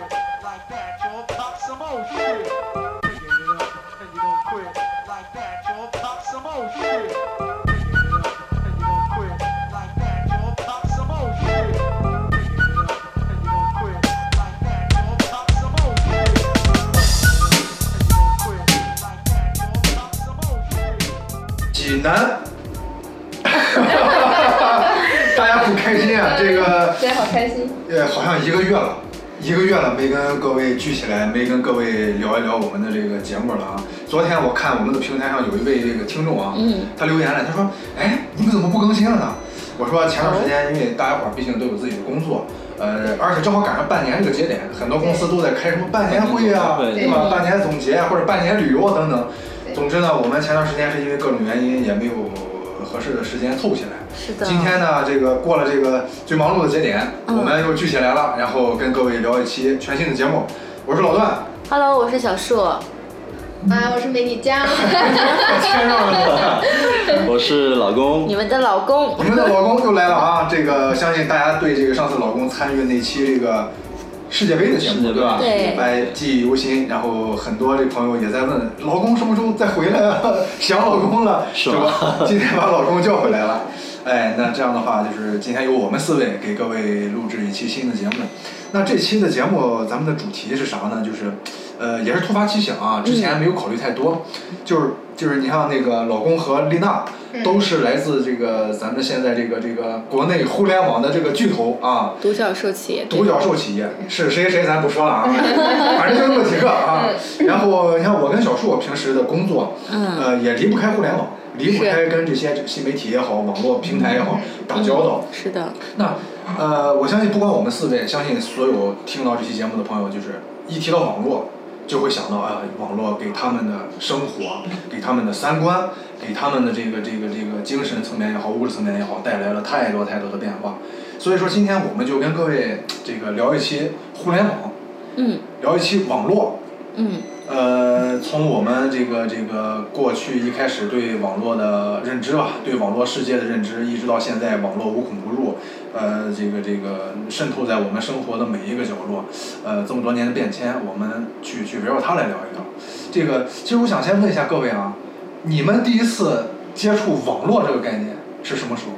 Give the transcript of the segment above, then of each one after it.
like that, you'll pop some old shit. Picking it up and you don't quit like that, you'll pop some old shit. Picking it up and you don't quit like that, you'll pop some old shit. Picking it up and you don't quit like that, you'll pop some old shit. And you don't quit like that, you'll pop some old shit. 济南， 大家很开心啊！这个对，好开心。呃，好像一个月了，一个月了没跟各位聚起来，没跟各位聊一聊我们的这个节目了啊。昨天我看我们的平台上有一位这个听众啊，嗯，他留言了，他说：“哎，你们怎么不更新了呢？”我说：“前段时间因为大家伙儿毕竟都有自己的工作，呃，而且正好赶上半年这个节点，很多公司都在开什么半年会啊，对对吧？半年总结啊或者半年旅游啊等等。对总之呢，我们前段时间是因为各种原因也没有合适的时间凑起来。”是的。今天呢，这个过了这个最忙碌的节点，嗯我们又聚起来了，然后跟各位聊一期全新的节目。我是老 段， Hello，我是小树。哦啊，我是美女佳。天上的 我是老公你，们的老公我们的老公又来了啊！这个相信大家对这个上次老公参与那期这个世界杯的节世目，界杯对吧？对还记忆犹新。然后很多这朋友也在问，老公什么时候再回来啊？想老公了，是吧吗？今天把老公叫回来了。哎，那这样的话，就是今天由我们四位给各位录制一期新的节目。那这期的节目，咱们的主题是啥呢？就是，呃，也是突发奇想啊，之前没有考虑太多，就是就是你看那个老公和丽娜都是来自这个咱们现在这个这个国内互联网的这个巨头啊，独角兽企业，独角兽企业是谁谁咱不说了 啊，反正就那么几个啊。然后你看我跟小树平时的工作，嗯，呃，也离不开互联网，离不是嗯开跟这些新媒体也好、网络平台也好打交道。是的，那呃，我相信不光我们四位，相信所有听到这期节目的朋友，就是一提到网络，就会想到啊、网络给他们的生活、给他们的三观、给他们的这个这个这个精神层面也好、物质层面也好，带来了太多太多的变化。所以说，今天我们就跟各位这个聊一期互联网，嗯聊一期网络。嗯，呃，从我们这个这个过去一开始对网络的认知吧，对网络世界的认知，一直到现在网络无孔不入，呃，这个这个渗透在我们生活的每一个角落，呃，这么多年的变迁，我们去去围绕它来聊一聊。这个其实我想先问一下各位啊，你们第一次接触网络这个概念是什么时候？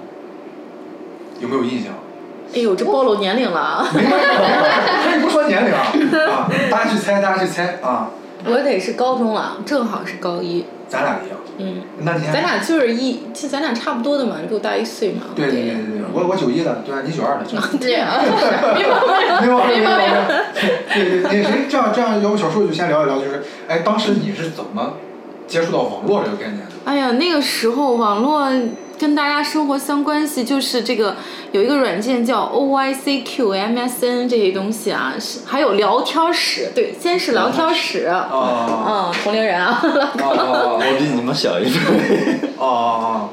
有没有印象？ 哎呦，这暴露年龄了啊！没有，可以不说年龄啊，啊，大家去猜，大家去猜啊，我得是高中了，正好是高一，咱俩一样。嗯，那你先咱俩就是一，其实咱俩差不多的嘛，你比我大一岁嘛。对对对对对，我我九一的，对啊，你九二的，没 对啊，毛 病没毛病。对对，那谁这样这样，要不小树就先聊一聊，就是哎，当时你是怎么接触到网络这个概念的？哎呀，那个时候网络跟大家生活相关系，就是这个有一个软件叫 OICQ、MSN 这些东西啊，是还有聊天室，对，先是聊天室，哦嗯，同龄人啊，哦哦我比你们小一辈。 哦哦，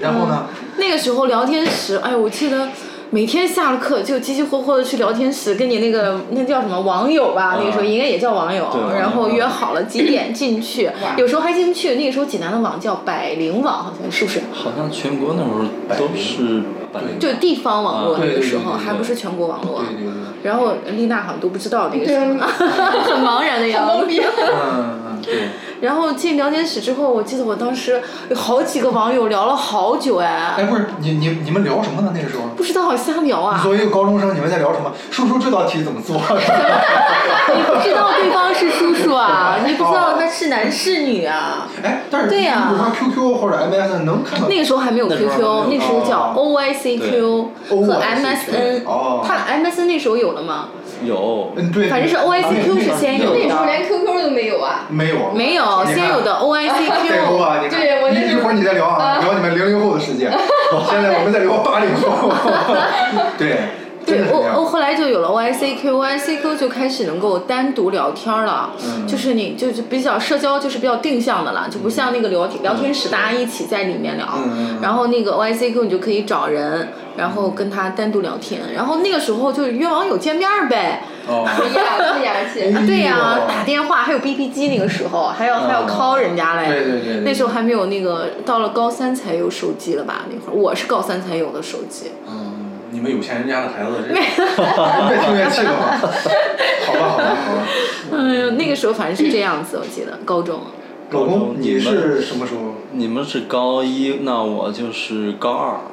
然后呢？那个时候聊天室，哎，我记得每天下了课就急急火火的去聊天室，跟你那个那叫什么网嗯友吧，那个时候应该也叫网友对，然后网友约好了几点进去，嗯有时候还进不去。那个时候济南的网叫百灵网，好像是不是？ 好像全国那会儿都是百灵就地方网络啊那嗯个时对对候，对对对还不是全国网络对。对对，然后丽娜好像都不知道那个时候， 很茫然的样子。嗯嗯对，然后进聊天室之后，我记得我当时有好几个网友聊了好久哎哎，不是你你你们聊什么呢？那个时候？不知道好瞎聊啊。你作为一个高中生，你们在聊什么？叔叔这道题怎么做？ 你不知道对方是叔叔啊，你不知道他是男是女啊。哎，但是比如说 QQ 或者 MSN 能看到那个时候还没有那时候 QQ，还没有那时候哦叫 OICQ 对和 OICQ MSN。哦它 MSN 那时候有了吗？有，嗯，对，反正是 OICQ 是先有那时的候连 QQ 都没有啊。没有，没有，你看先有的代沟 OICQ。啊！你看，对我那一时一候会儿你再聊啊，聊你们零零后的世 界，现在我们在聊八零后，对，真对的是我这，样我后来就有了 OICQ，OICQ 就开始能够单独聊天了，嗯就是你就是比较社交，就是比较定向的了，就不像那个聊聊天室大家一起在里面聊，嗯嗯嗯然后那个 OICQ 你就可以找人，然后跟他单独聊天，然后那个时候就是约网友见面儿呗，啊哦，不雅不雅气。。对呀、哎呦打电话还有 BB 机那个时候，还要、还要嗯 call 人家嘞，对对对对那时候还没有那个，到了高三才有手机了吧？那会儿我是高三才有的手机， 嗯，你们有钱人家的孩子，这越听越气的慌。好吧，好吧，好吧。哎嗯呦，那个时候反正是这样子，我记得高中。老公，你你们是什么时候？你们是高一，那我就是高二。嗯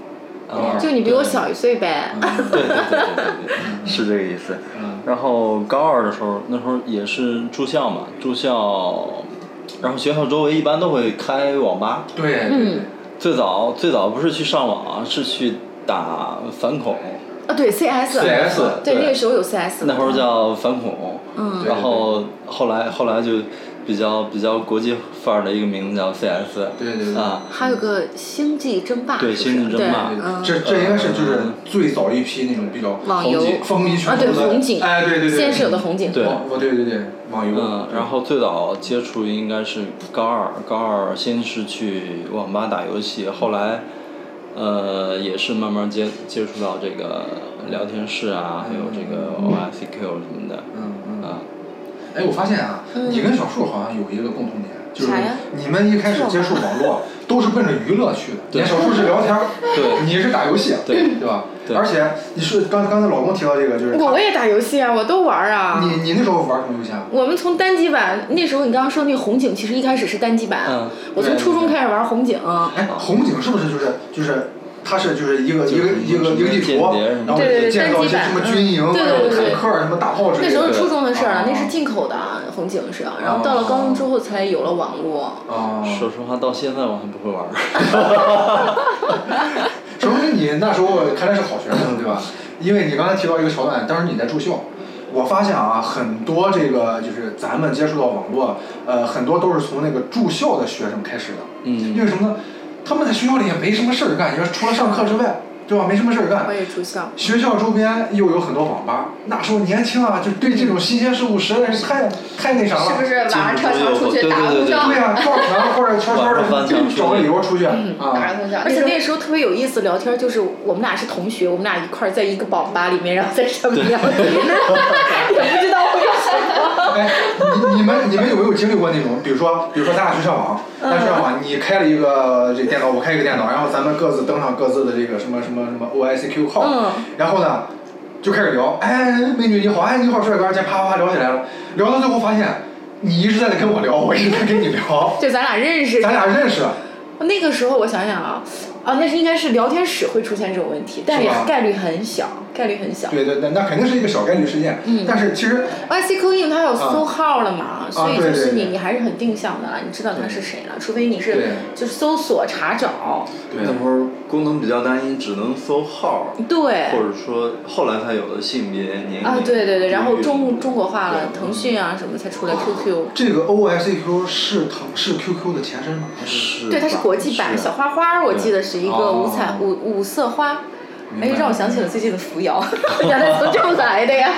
高啊二就你比我小一岁呗，啊对对对对对对，是这个意思。嗯然后高二的时候，那时候也是住校嘛，住校，然后学校周围一般都会开网吧。对对对，最早最早不是去上网，啊是去打反恐，啊对 CS， CS 对对那个时候有 CS，那会儿叫反恐。嗯然后后来后来就比较比较国际范儿的一个名字叫 CS。对对对啊，还有个星际争霸，对是不是星际争霸对嗯这这应该是就是最早一批那种比较网游红警风靡全啊球对的，红警，哎对对对，先是有的红警，对网我对对对网游，嗯，然后最早接触应该是高二，高二先是去网吧打游戏，后来，呃，也是慢慢接接触到这个聊天室啊，还有这个 OICQ 什么的，嗯嗯啊，哎，我发现啊，嗯你跟小树好像有一个共同点，就是啥呀你们一开始接触网络都是奔着娱乐去的。你对看小树是聊天儿，对 你是打游戏，对对吧？对而且你是刚刚才老公提到这个，就是我也打游戏啊，我都玩儿啊。你你那时候玩什么游戏啊？我们从单机版那时候，你刚刚说那个红警，其实一开始是单机版。嗯我从初中开始玩红警，哎，红警是不是就是就是？它是就是一个一个一个一个地图间谍什然么，的后对对你对建造一些单什机么版军营，嗯对然后对对坦对克、什么大炮之类的。那时候初中的事儿啊哦了，那是进口的红警是。啊然后到了高中之后才有了网络。啊，说实话，到现在我还不会 玩儿。说明你那时候看来是好学生，对吧？因为你刚才提到一个桥段，当时你在住校，我发现啊，很多这个就是咱们接触到网络，呃，很多都是从那个住校的学生开始的。嗯因为什么呢？他们在学校里也没什么事儿干，你说除了上课之外，对吧？没什么事儿干我。也住校，学校周边又有很多网吧，那时候年轻啊，就对这种新鲜事物实在是太太那啥了。是不是晚上跳墙出去对对对打个对通对宵对？呀、跳墙或者悄悄晚上翻的墙出去找个理由出去、啊。打个通宵。而且那时候特别有意思，聊天就是我们俩是同学，我们俩一块儿在一个网吧里面，然后在上 面聊天，也不知道为什么。哎，你你们你们有没有经历过那种，比如说比如说咱俩去上网，咱俩去上网，你开了一个这电脑，我开一个电脑，然后咱们各自登上各自的这个什么什么什么 OICQ 号，嗯然后呢就开始聊，哎，美女你好，哎你好帅哥，这啪啪啪聊起来了，聊到最后发现你一直在跟我聊，我一直在跟你 聊， 就咱俩认识，咱俩认识，那个时候我想想啊，啊，那是应该是聊天室会出现这种问题，但是也吧概率很小，概率很小。对对对，那肯定是一个小概率事件，嗯但是其实 YCQ 因为它有搜号了嘛，所对以就啊对是你对你还是很定向的了，你知道他是谁了，除非你对是就是搜索查找，对那会儿功能比较单一，只能搜号，对或。者说后来才有的性别、年龄啊，对对对，然后中中国化了，对腾讯啊什么才出来 QQ，这个 OICQ 是腾是 QQ 的前身吗？还是是对，它是吧国际版，是啊小花花儿我记得是一个哦五彩五五色花，哎明白，让我想起了最近的扶摇，原来从这么来的呀。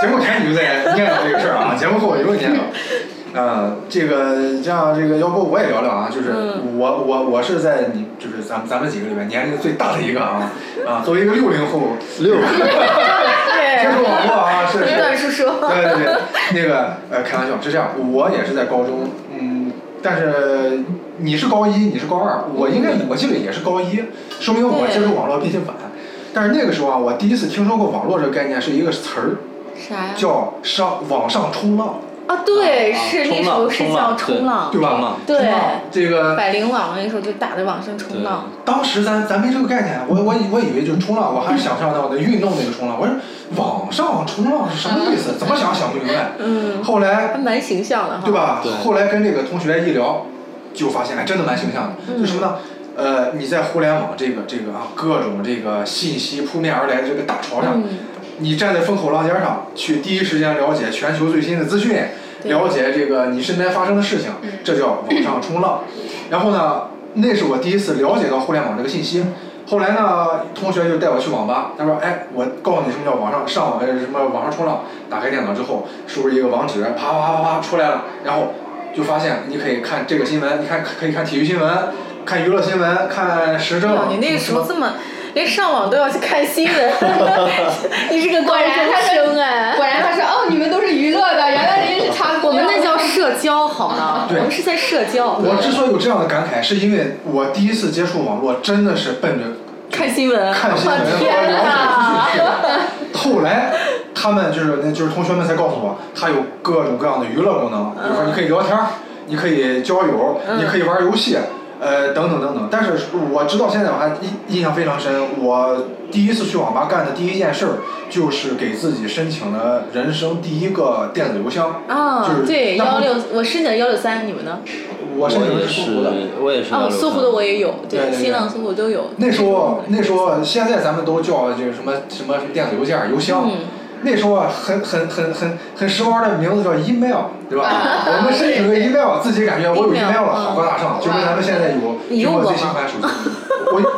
节目前你就在念叨这个事儿啊，节目后我就念叨。呃，这个这样，这个要不我也聊聊啊？就是我我我是在你就是咱们咱们几个里面年龄最大的一个啊啊，作为一个六零后，六接触对，网络啊，是是，段叔叔。对对对，那个呃，开玩笑是这样，我也是在高中，嗯，但是你是高一，你是高二，我应该我记得也是高一，说明我对接触网络毕竟晚。但是那个时候啊，我第一次听说过网络这个概念是一个词儿，啥呀？叫上网上冲浪。啊，对，啊是那冲时浪候是冲叫浪冲对浪，对冲吧浪？对冲浪这个百灵网那时候就打着网上冲浪，当时咱咱没这个概念，我我以我以为就是冲浪，我还想象到的运动那个冲浪，我说网上冲浪是什么意思？怎么想想不明白。嗯，后来还蛮形象的哈。对？吧对？后来跟这个同学一聊，就发现还真的蛮形象嗯的，就什么呢？呃，你在互联网这个这个啊，各种这个信息扑面而来的这个大潮上，嗯，你站在风口浪尖上，去第一时间了解全球最新的资讯，对嗯了解这个你身边发生的事情，这叫网上冲浪。然后呢，那是我第一次了解到互联网这个信息。后来呢，同学就带我去网吧，他说：“哎，我告诉你什么叫网上上网，呃，什么网上冲浪。打开电脑之后，输入一个网址，啪啪啪啪出来了，然后就发现你可以看这个新闻，你看可以看体育新闻，看娱乐新闻，看时政。哎哇你那个时什么候这么连上网都要去看新闻，你是个高中生哎。果然他说哦，你们都是娱乐的，原来人家是查我们那叫社交好吗？对我们是在社交。我之所以有这样的感慨，是因为我第一次接触网络，真的是奔着看新闻，看新闻和了解 天 资讯去的。后来他们就是那就是同学们才告诉我，它有各种各样的娱乐功能，嗯比如说你可以聊天儿，你可以交友，你可以玩游戏。呃，等等等等，但是我直到现在我还印印象非常深。我第一次去网吧干的第一件事儿，就是给自己申请了人生第一个电子邮箱。啊就，是对，然后幺六，我申请幺六三，你们呢？我申请也的是是苏湖的。，我也是哦， 16搜狐的我也有，对对对新浪、搜狐都有。那时候，那时候，现在咱们都叫这个什么什么什么电子邮件、邮箱。嗯那时候啊，很很很很很时髦的名字叫 email，对吧？啊我们申请个 email，自己感觉我有 email， email 了，嗯好高大上，就跟咱们现在有你苹用果过最新吗款手机。我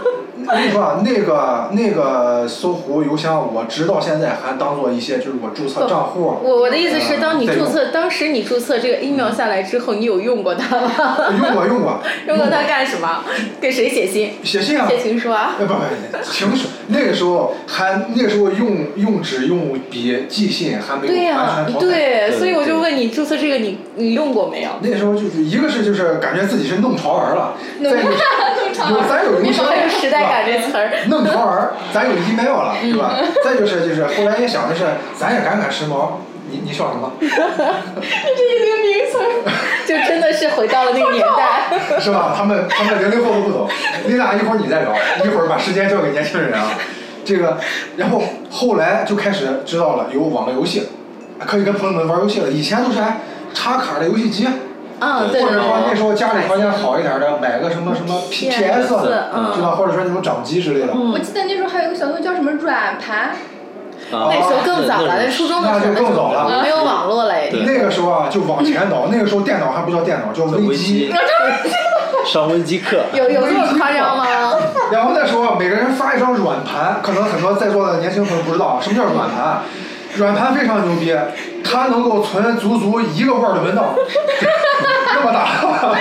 我跟你说啊，那个那个搜狐邮箱，我直到现在还当做一些就是我注册账户。我我的意思是，嗯当你在注用册，当时你注册这个 email 下来之后，你有用过它吗？ 用过用过，用过它干什么？给谁写信？写信啊。写情书啊？呃，不不，情书那个时候还那个时候用用纸用笔寄信还没对有呀、完全淘汰。对，对所以我就对问你，注册这个你你用过没有？那时候就是一个是就是感觉自己是弄潮儿了，弄再一个是正常有咱有邮箱好有时代是吧感这词儿。弄潮儿，咱有 email 了，对吧？再就是就是后来也想的是，咱也赶赶时髦。你你笑什么？这个名词儿，就真的是回到了那个年 代。是吧？他们他们零零后都不懂。丽娜，一会儿你再聊，一会儿把时间交给年轻人啊。这个，然后后来就开始知道了有网络游戏，可以跟朋友们玩游戏了。以前都是哎插卡的游戏机，嗯，对或者对说对。那时候家里条件好一点的，买个什么什么 P P S，嗯嗯知道，或者说那种掌机之类的。我记得那时候还有一个小东西叫什么软盘，啊那时候更早了，那那那初中的时候那就更早了没有网络嘞。对那个时候啊，就往前倒，那个时候电脑还不叫电脑，叫微微机。上微机课，有有这么夸张吗？然后那时候啊每个人发一张软盘，可能很多在座的年轻朋友不知道啊什么叫软盘。软盘非常牛逼，它能够存足足一个罐的文档， 那么大。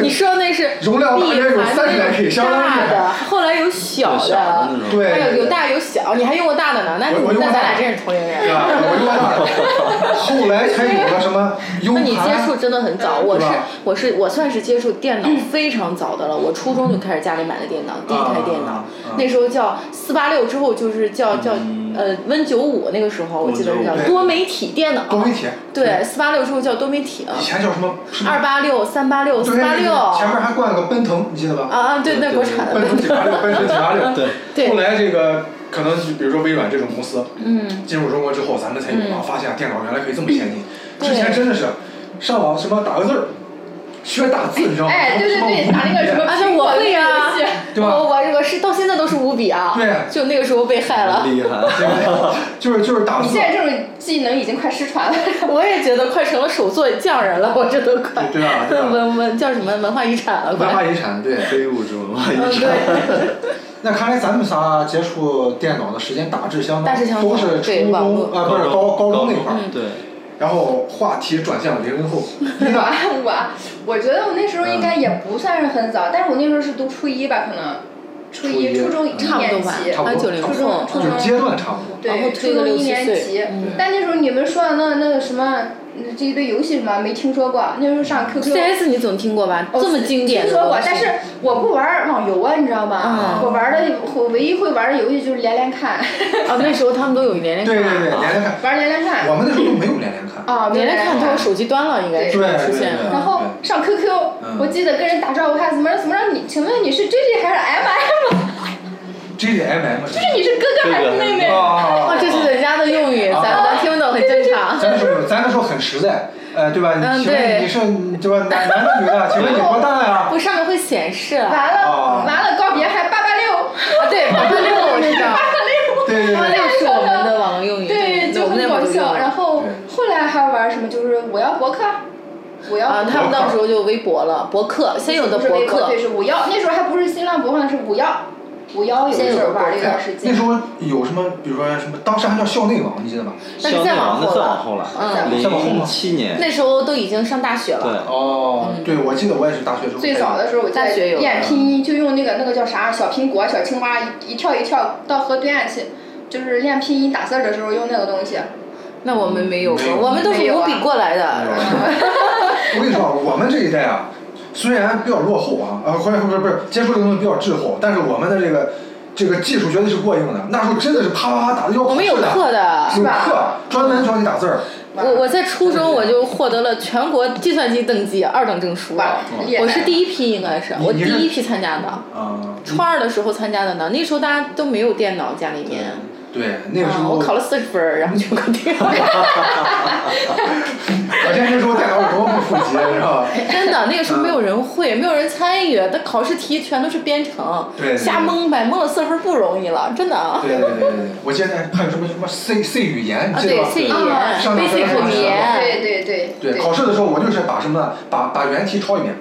你说那是 容量大约有闭环30来 K 相当于大的，后来有小小的那种，的，对，还有有大有小，你还用过大的呢？那我我你用过那大咱的俩真是同龄对人。吧？我就那。后来才有了什 么 U 那盘。你接触真的很早，我对是吧我是我算是接触电脑非常早的了，我初中就开始家里买了电脑，第一台电啊脑啊，嗯那时候叫四八六之后就是叫叫呃 Win 九五，那个时候我记得是叫 Win95 对多媒体电脑，多媒体，对四八六之后叫多媒体了以，前叫什么？什么二八六、三八六、对四八六前面还灌了个奔腾，你记得吧？啊啊，对，那国产的奔腾几八六，奔腾几八六。 对对后来这个可能就比如说微软这种公司，嗯，进入中国之后，咱们才有啊，发现电脑原来可以这么先进。对之前真的是上网什么打个字儿，学打字，你知道吗？哎，对对对，什么打那个什么啊，苹那果我的那会个呀游戏，对哦我吧我我是到现在都是五笔啊，对就那个时候被害了，厉 害，就是就是打你字现，在这种技能已经快失传了。我也觉得快成了手作匠人了，我这都快对吧？对吧 文文叫什么文化遗产了，文化快。遗产，对。非物质文化遗嗯，产，对， 那看来咱们仨接触电脑的时间大致相当，大致相都当是对初网络嗯中啊，不是高高中那块儿。嗯对，然后话题转向零零后，那我啊 我觉得我那时候应该也不算是很早，但是我那时候是读初一吧，可能初一初一初中一差不多年吧级，，差不啊，多九零差不后多，就嗯是阶段差不多。然后对，推初中个六一七年级岁，，嗯但那时候你们说的那那个什么嗯这一堆游戏什么没听说过，那时候上 QQ。 ，CS 你总听过吧？哦嗯这么经典听的东西，说过，但是我不玩网游啊，你知道吗？嗯我玩的我唯一会玩的游戏就是连连看， 啊，那时候他们都有连连对对对，连看啊，连看，玩连连看。我们那时候都没有连连看。啊，连连看都有手机端了，应该是对对出现对了。然后上 QQ，嗯我记得跟人打招呼还怎么着怎么着，你请问你是 J J 还是 M M？ J J M 啊 M 就是你是哥哥还是妹妹？哦，啊，这是人家的用语，咱哦咱听懂很正常。咱那时候咱那时候很实在，呃，对吧？嗯你请问对你是对吧？男男的女的？请问你啊多大呀？不，上面会显示啊，完了、哦完了，告别还八八六，对，八八六我知道，对对 八八对，六是我们的网络用语，对，就我们很那会儿搞就用笑。然了。后对后来还玩什么？就是我要博客，我要啊，博客他们到时候就微博了，博客，先有的不是博微博客对，，是五幺，那时候还不是新浪博客，是五幺，五幺有一阵儿玩了一段时那间时。候有什么，比如说什么，当时还叫校内网，你记得吗？但是校内再网往那后再了往后了，嗯，再往后零吗七年，那时候都已经上大学对了，，哦，对，我记得我也是大学时候最早的时候，我大在学有的练拼音，就用那个那个叫啥小苹果、小青蛙，一一跳一跳到河对岸去，就是练拼音打字儿的时候用那个东西。那我们没有没过，有我们都是没有五啊笔过来的。 我跟你说啊，我们这一代啊，虽然比较落后啊，呃，或者不是不是接触这个东西比较滞后，但是我们的这个这个技术绝对是过硬的。那时候真的是啪啪啪打的要我考们有试的，课的，有吧课专门教你打字儿。哇我我在初中我就获得了全国计算机等级二等证书哇了，，厉害！我是第一批应该是你我第你是一批参加的，啊、初二的时候参加的呢，那时候大家都没有电脑家里面，对，那个时啊，候，我考了四十分儿，然后就考电脑， 可见那时候电脑有多么不普及，是吧？ 真的那个时候没有人会，没有人参与，那考试题全都是编程对对，对瞎蒙呗，蒙了四十分儿不容易了，真的啊，对对对对对，我记得那还有什么什么 C C 语言，啊你记得对吧？ ，C 语啊言上大学，basic 的时候语言，对对对对，考试的时候我就是把什么呢？把把原题抄一遍。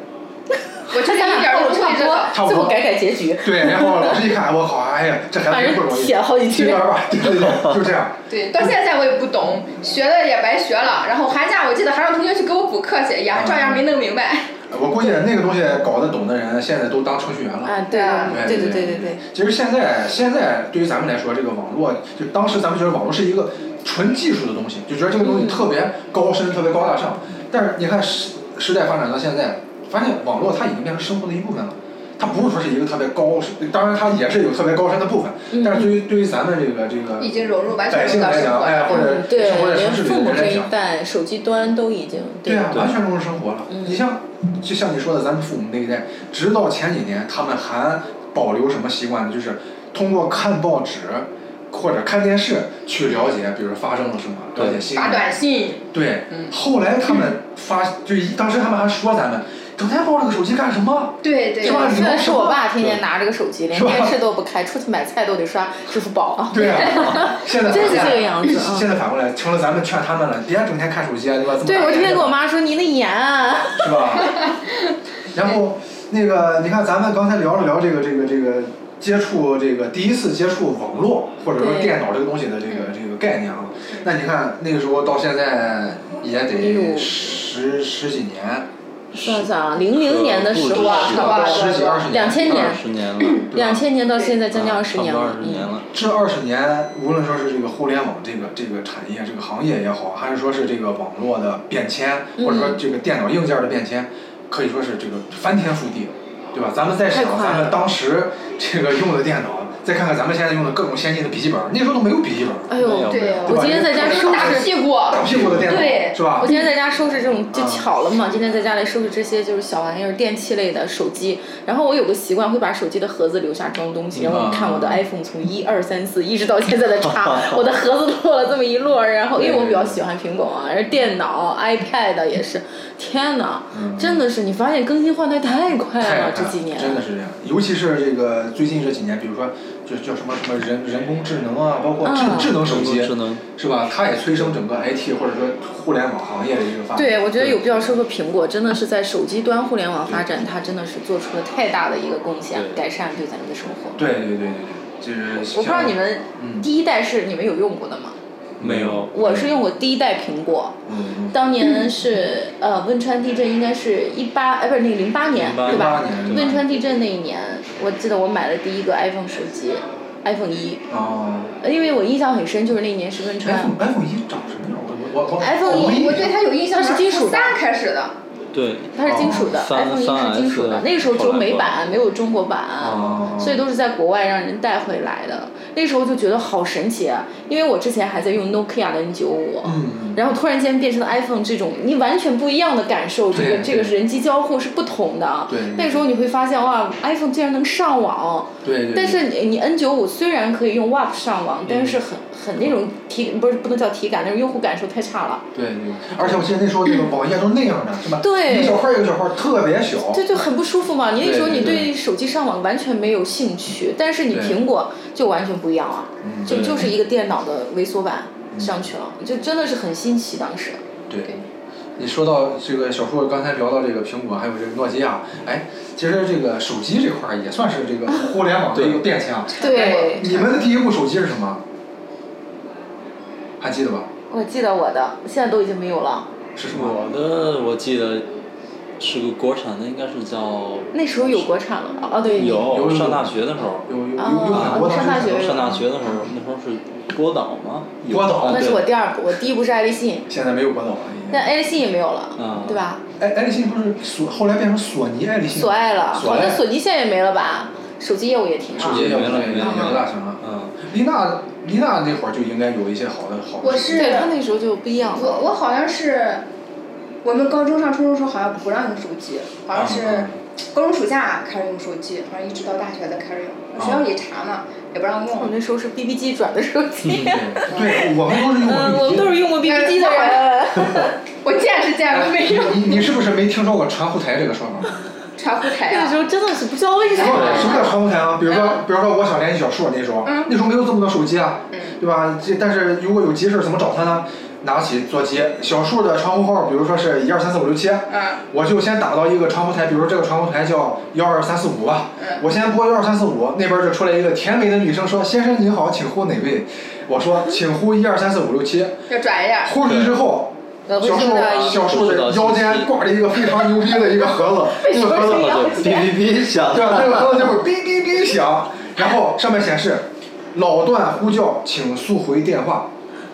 我就是咱一俩点儿套都不会路差不这多个，差不最多后改改结局，对，然后老师一看，我靠，哎呀，这孩反子真不正容易，写好几随句便。吧，对对对，就这样。对，到现在我也不懂，学了也白学了。然后寒假我记得还让同学去给我补课去，也还照样没弄明白。我估计那个东西搞得懂的人，现在都当程序员了。啊，对对对对对对。哎其实现在现在对于咱们来说，这个网络就当时咱们觉得网络是一个纯技术的东西，就觉得这个东西特别高深、特别高大上。但是你看时时代发展到现在，发现网络它已经变成生活的一部分了。它不是说是一个特别高深，当然它也是有特别高深的部分，但是嗯对于对于咱们这个这个已经融入完全百融姓入到来生讲，活哎，或了。者嗯对生活，在连城市里父的母人这来一讲，代，手机端都已经对啊，对完全融入生活了。嗯你像就像你说的，咱们父母那一代，直到前几年，他们还保留什么习惯呢？就是通过看报纸或者看电视去了解，比如发生了什么，了解新发闻。短信，对，嗯后来他们发，就一当时他们还说咱们整天抱着个手机干什么？对对是吧虽然是我爸天天拿着个手机，连电视都不开，出去买菜都得刷支付宝啊。对 啊，现在真是反过来这个样子啊现在反过来成了咱们劝他们了，别整天看手机啊，对吧？这么对，大我天人天跟了我妈说你的啊眼， 是 吧？然后那个，你看咱们刚才聊了聊这个这个这个接触这个第一次接触网络或者说对电脑这个东西的这个这个概念啊，那你看那个时候到现在也得呦十十几年，算算啊，零零年的时候啊，不止差哇不哇多十几二十年，两千年二，十年了，对吧两千年到现嗯在将近啊二十年差不多了二，十年嗯，了。这二十年，无论说是这个互联网这个这个产业这个行业也好，还是说是这个网络的变迁，或嗯者说这个电脑硬件的变迁，可以说是这个翻天覆地，对吧？咱们再想太快了咱们当时这个用的电脑，再看看咱们现在用的各种先进的笔记本，那时候都没有笔记本，哎没呦有，对啊没有我今天在家收打拾。屁股，大屁股的电对脑是吧我？今天在家收拾这种，就巧了嘛。今天在家里收拾这些就是小玩意儿、电器类的手机。然后我有个习惯，会把手机的盒子留下装东西。然后你看我的 iPhone 从一二三四一直到现在的叉，我的盒子落了这么一摞儿。然后因为我比较喜欢苹果嘛，而电脑、iPad 也是。天哪，真的是你发现更新换代太快太了，厉害这几年。真的是这样，尤其是这个最近这几年，比如说就叫什么什么人人工智能啊，包括智、嗯智能手机人工智能是吧？它也催生整个 IT 或者说互联网行业的一个发展。对，我觉得有必要说说苹果，真的是在手机端互联网发展，它真的是做出了太大的一个贡献，对改善对咱们的生活。对对对对对，就是我不知道像你们嗯第一代是你们有用过的吗？没有，我是用过第一代苹果，嗯当年是呃汶川地震，应该是一八哎不是那个零八年08对吧年对吧？汶川地震那一年，我记得我买了第一个 iPhone 手机，iPhone 一，嗯呃哦因为我印象很深，就是那一年是汶川，iPhone。iPhone 一长什么样？我我我 iPhone 我一我对它有印象，它是金属的三开始的，对，它是金属的、哦 i 三 p h o n e 一是金属的 3S，那个时候只有美后版，没有中国版，哦所以都是在国外让人带回来的。那时候就觉得好神奇，啊，因为我之前还在用 Nokia 的 N 九五，嗯然后突然间变成了 iPhone 这种，你完全不一样的感受，这对个这个对人机交互是不同的。对那个时候你会发现哇，iPhone 竟然能上网。对对，嗯但是你你 N 九五虽然可以用 WAP 上网，但是很很那种体不是不能叫体感，那种用户感受太差了，对对，而且我记得那时候那个网页都是那样的，是吧？对一个小块儿一个小块儿，特别小。这就很不舒服嘛。你那时候对你对对手机上网完全没有兴趣，但是你对苹果就完全不一样了，嗯就对就是一个电脑的微缩版上去了，就真的是很新奇当时。对。你说到这个小树，刚才聊到这个苹果，还有这个诺基亚，哎，其实这个手机这块儿也算是这个互联网的一个变迁啊。对，你们的第一部手机是什么？还记得吧？我记得我的，现在都已经没有了。是什么？我的我记得是个国产的，应该是叫那时候有国产了吧？哦，对，有啊有上大学的时候，有有有有啊很多当时上大很多学上大学的时候，那时候是郭导吗？有郭导啊那对是我第二部，我第一部是爱立信，现在没有国导了，已但经。哎爱立信也没有了，啊对吧？爱爱立信不是索后来变成索尼爱立信吗？索爱了，索好爱像索尼现在也没了吧？手机业务也挺好手。机业务没了也没了也不大行了。嗯，丽娜，丽娜那会儿就应该有一些好的好的。我是对他那时候就不一样我了。我好像是，我们高中上初中时候好像不让用手机，好像嗯是高中暑假开始用手机，好像一直到大学才开始用。嗯学校里查嘛，也不让我用。那时候是 BB 机转的手嗯机。对，我们都是用嗯，过我们都是用过 BB 机的人。 我见是见嗯过没有？你你是不是没听说过传呼台这个说 法？传呼台 那个时啊，候真的是不知道为啥。什么叫传呼台啊？比如说，比如说我想联系小树，那时候，嗯那时候没有这么多手机啊，嗯对吧？这但是如果有急事儿怎么找他呢？拿起座机，小树的传呼号，比如说是一二三四五六七，啊嗯我就先打到一个传呼台，比如说这个传呼台叫幺二三四五吧，嗯，我先拨幺二三四五，那边就出来一个甜美的女生说：“先生您好，请呼哪位？”我说：“请呼一二三四五六七。要转一 下”。呼出去之后，呃，会小收树到一小树的腰间挂着一个非常牛逼的一个 盒子，那个盒子然后就哔哔哔响对，那个盒子就会哔哔哔响，然后上面显示老段呼叫，请速回电话。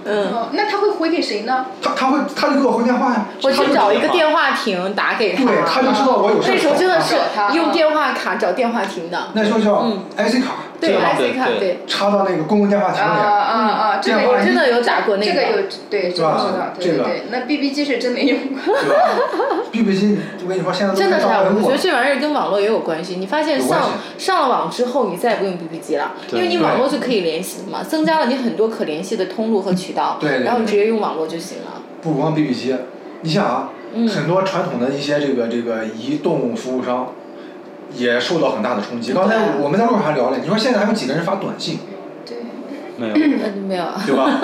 嗯，哦，那他会回给谁呢？他他会他就给我回电话呀，我去找一个电话亭打给对，他就他。知道我有事儿。啊啊那时候真的是他用电话卡找电话亭的，那时候叫嗯 IC 卡，对对 IC 卡对对，插到那个公共电话啊亭里。啊啊！这个电话有我真的有打过那这个有对，这个吧知道，对这对个对。那 BB 机是真没用过。对吧？BB 机，我跟你说，现在都真的是啊，上文我物觉得了。这玩意儿跟网络也有关系。你发现有关上系上了网之后，你再也不用 BB 机了，因对为你网络就可以联系嘛，增加了你很多可联系的通路和渠道，对对对然后你直接用网络就行了。不光 BB 机，你想啊，嗯很多传统的一些这个这个移动服务商也受到很大的冲击。对啊刚才我们在路上还聊了，你说现在还有几个人发短信，对，没有，呃，没有啊。对 吧？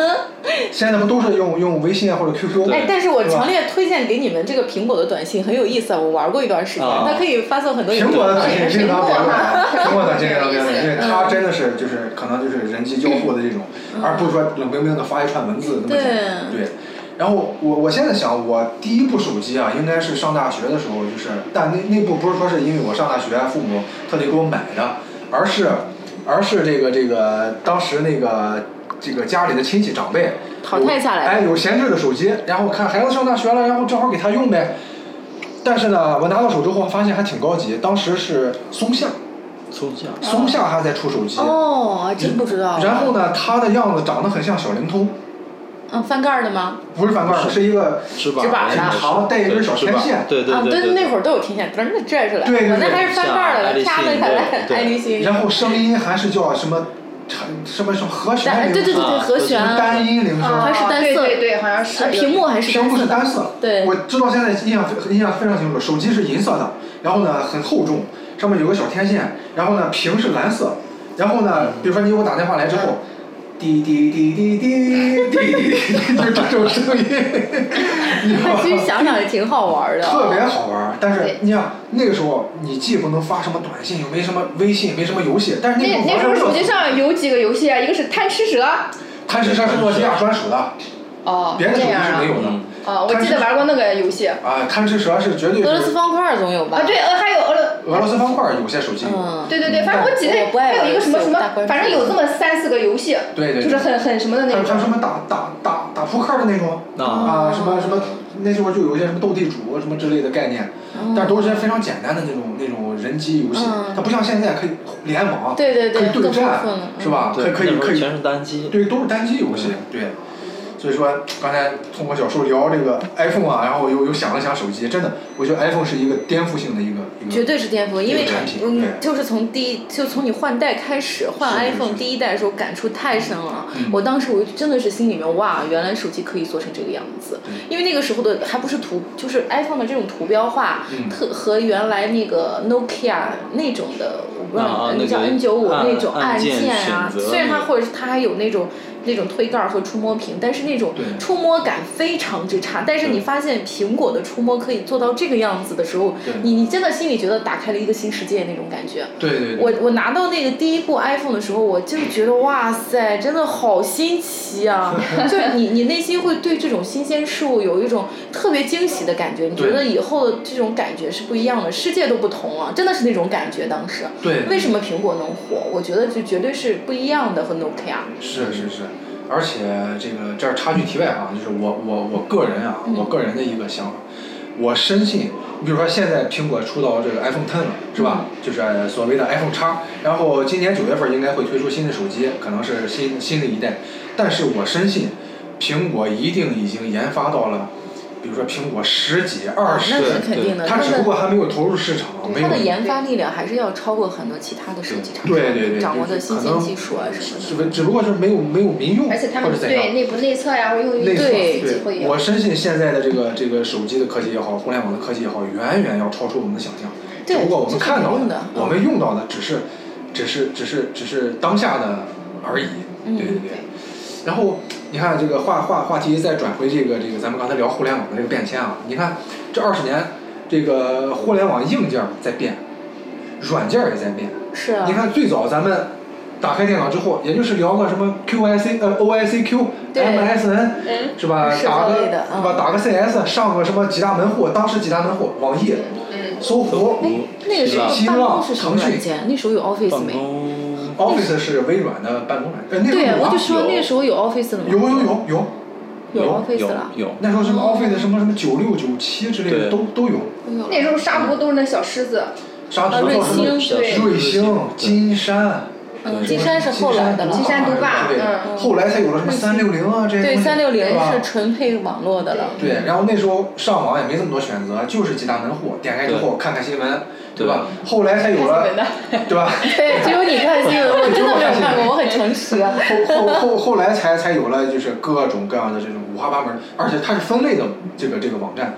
现在不都是用用微信啊或者 QQ？对哎，但是我对吧强烈推荐给你们这个苹果的短信，很有意思啊！我玩过一段时间，啊它可以发送很多苹果的短信非常别用啊，苹果 苹果短信非常别用，嗯因为它真的是就是可能就是人机交互的这种，嗯而不是说冷冰冰的发一串文字那么简单。对。然后我我现在想，我第一部手机啊，应该是上大学的时候，就是，但那那部不是说是因为我上大学父母特地给我买的，而是而是这个这个当时那个这个家里的亲戚长辈淘汰下来的有哎，有闲置的手机，然后看孩子上大学了，然后正好给他用呗。但是呢，我拿到手之后发现还挺高级，当时是松下，抽象，嗯松下还在出手机。哦，还真不知道。然后呢，它的样子长得很像小灵通，嗯，翻盖儿的吗？不是翻盖儿，不是是一个直直板板的应该是，长带一根哎对小直天板线对对啊，对对，那会儿都有天线，噔儿拽出来。对对我那对还是翻盖儿的，啪的下来，像爱爱立立信。然后声音还是叫什么，什么什么和弦但铃声，对对对对，啊和弦什么单音铃声，还是单色啊对对对，好像是呃，屏幕还是屏单幕色是的。单色，对我知道现在印象非印象非常清楚，手机是银色的，然后呢很厚重，上面有个小天线，然后呢屏是蓝色，然后嗯呢，比如说你给我打电话来之后。滴滴滴滴滴滴滴滴，就这种声音， 你知道但其实吗？想想也挺好玩的。特别好玩儿。但是你想，那个时候你既不能发什么短信，又没什么微信，没什么游戏，但是你那能那时候玩手上机热搜。上有几个游戏啊，一个是贪吃蛇，贪吃蛇是诺基亚专属的，哦，别的这手机样是没啊，有的。嗯哦，我记得玩过那个游戏啊，啊，贪吃蛇是绝对俄罗是斯方块儿总有吧？对，呃，还有俄罗，俄罗斯方块儿有些手机有。嗯，对对对，反正我记我不得爱还有玩一个什么游什戏我大么，关反正有这么三四个游戏，对对，就是很很什么的还那哦有还有什种，么打打打打扑克的那种那啊，什么什么那时候就有一些什么斗地主啊什么之类的概念，嗯但都是些非常简单的那种那种人机游戏嗯，它不像现在可以联网，对对可对，以对更丰战富了，，是吧？可以对，可以那会儿可以，全是单机，对，都是单机游戏，对。所以说，刚才通过小树聊这个 iPhone 啊，然后又又想了想手机，真的，我觉得 iPhone 是一个颠覆性的一个一嗯绝个，对是颠覆，因为这个产品嗯对，就是从第一，就从你换代开始，换是是 iPhone 是第一代的时候感触太深了。嗯我当时我真的是心里面哇，原来手机可以做成这个样子，因为那个时候的还不是图，就是 iPhone 的这种图标化，嗯特和原来那个 Nokia 那种的，我不知啊道啊你叫那个 N 九五按那种按键键啊，选择虽然它那个或者是它还有那种。那种推盖儿和触摸屏，但是那种对触摸感非常之差。但是你对发现苹果的触摸可以做到这个样子的时候对，你你真的心里觉得打开了一个新世界那种感觉。对对对我，我拿到那个第一部 iPhone 的时候，我就觉得哇塞，真的好新奇 啊！就是你你内心会对这种新鲜事物有一种特别惊喜的感觉，你觉对得以后的这种感觉是不一样的，世界都不同了，真的是那种感觉。当时对为什么苹果能火？我觉得就绝对是不一样的和 Nokia。是是是，而啊且这个这儿插句题外话，就是我我我个人啊，我个人的一个想法，我深信，你比如说现在苹果出到这个 iPhone Ten 了，是吧？嗯就是呃所谓的 iPhone 叉，然后今年九月份应该会推出新的手机，可能是新新的一代，但是我深信，苹果一定已经研发到了，比如说苹果十几、二十、那是肯定的，它它只不过的还没有投入市场，哦没它有的研发力量还是要超过很多其他的手机厂商对对对，掌握就是的新可兴能技术啊什么只的。不只不过是没有没有民用，而且他或们者怎样对。内部内测呀，或者用于内测对自己会有我深信现在的这个这个手机的科技也好，互联网的科技也好，远远要超出我们的想象。对只不过我们看到这是肯定的的，嗯我们用到的只是，只是，只是，只是当下的而已。嗯对对对。然后你看这个话话话题再转回这个这个咱们刚才聊互联网的这个变迁啊，你看这二十年，这个互联网硬件儿在变，软件儿也在变。是啊你，看最早咱们打开电脑之后，也就是聊个什么 QIC 呃 OICQ、对嗯 MSN 是吧？社打交个类的是吧？嗯打个 CS 上个什么几大门户，当时几大门户，网易、嗯，搜狐、哎那个时候新办浪公是什么腾讯软件？那时候有 Office 办没？公 Office 是微软的办公软件，呃那时，候对有我啊就说那个时候有 Office 了吗？有有有有，有有 Office 有哦了有，那时候什么 Office 什么什么九六九七之类的对都都有，有那时候杀不都是那小狮子，啥啊什瑞么什么星对瑞星、金山。嗯，金山是后来的了金。山独霸对嗯后来才有了什么三六零啊这些东对，西，三六零对吧是纯配网络的了。对，然后那时候上网也没这么多选择，就是几大门户，点开之后看看新闻，对吧？后来才有了，对吧？对，只有你看 新闻，我真的没有看过，我很诚实啊。后后后后来才才有了，就是各种各样的这种五花八门，而且它是分类的这个这个网站。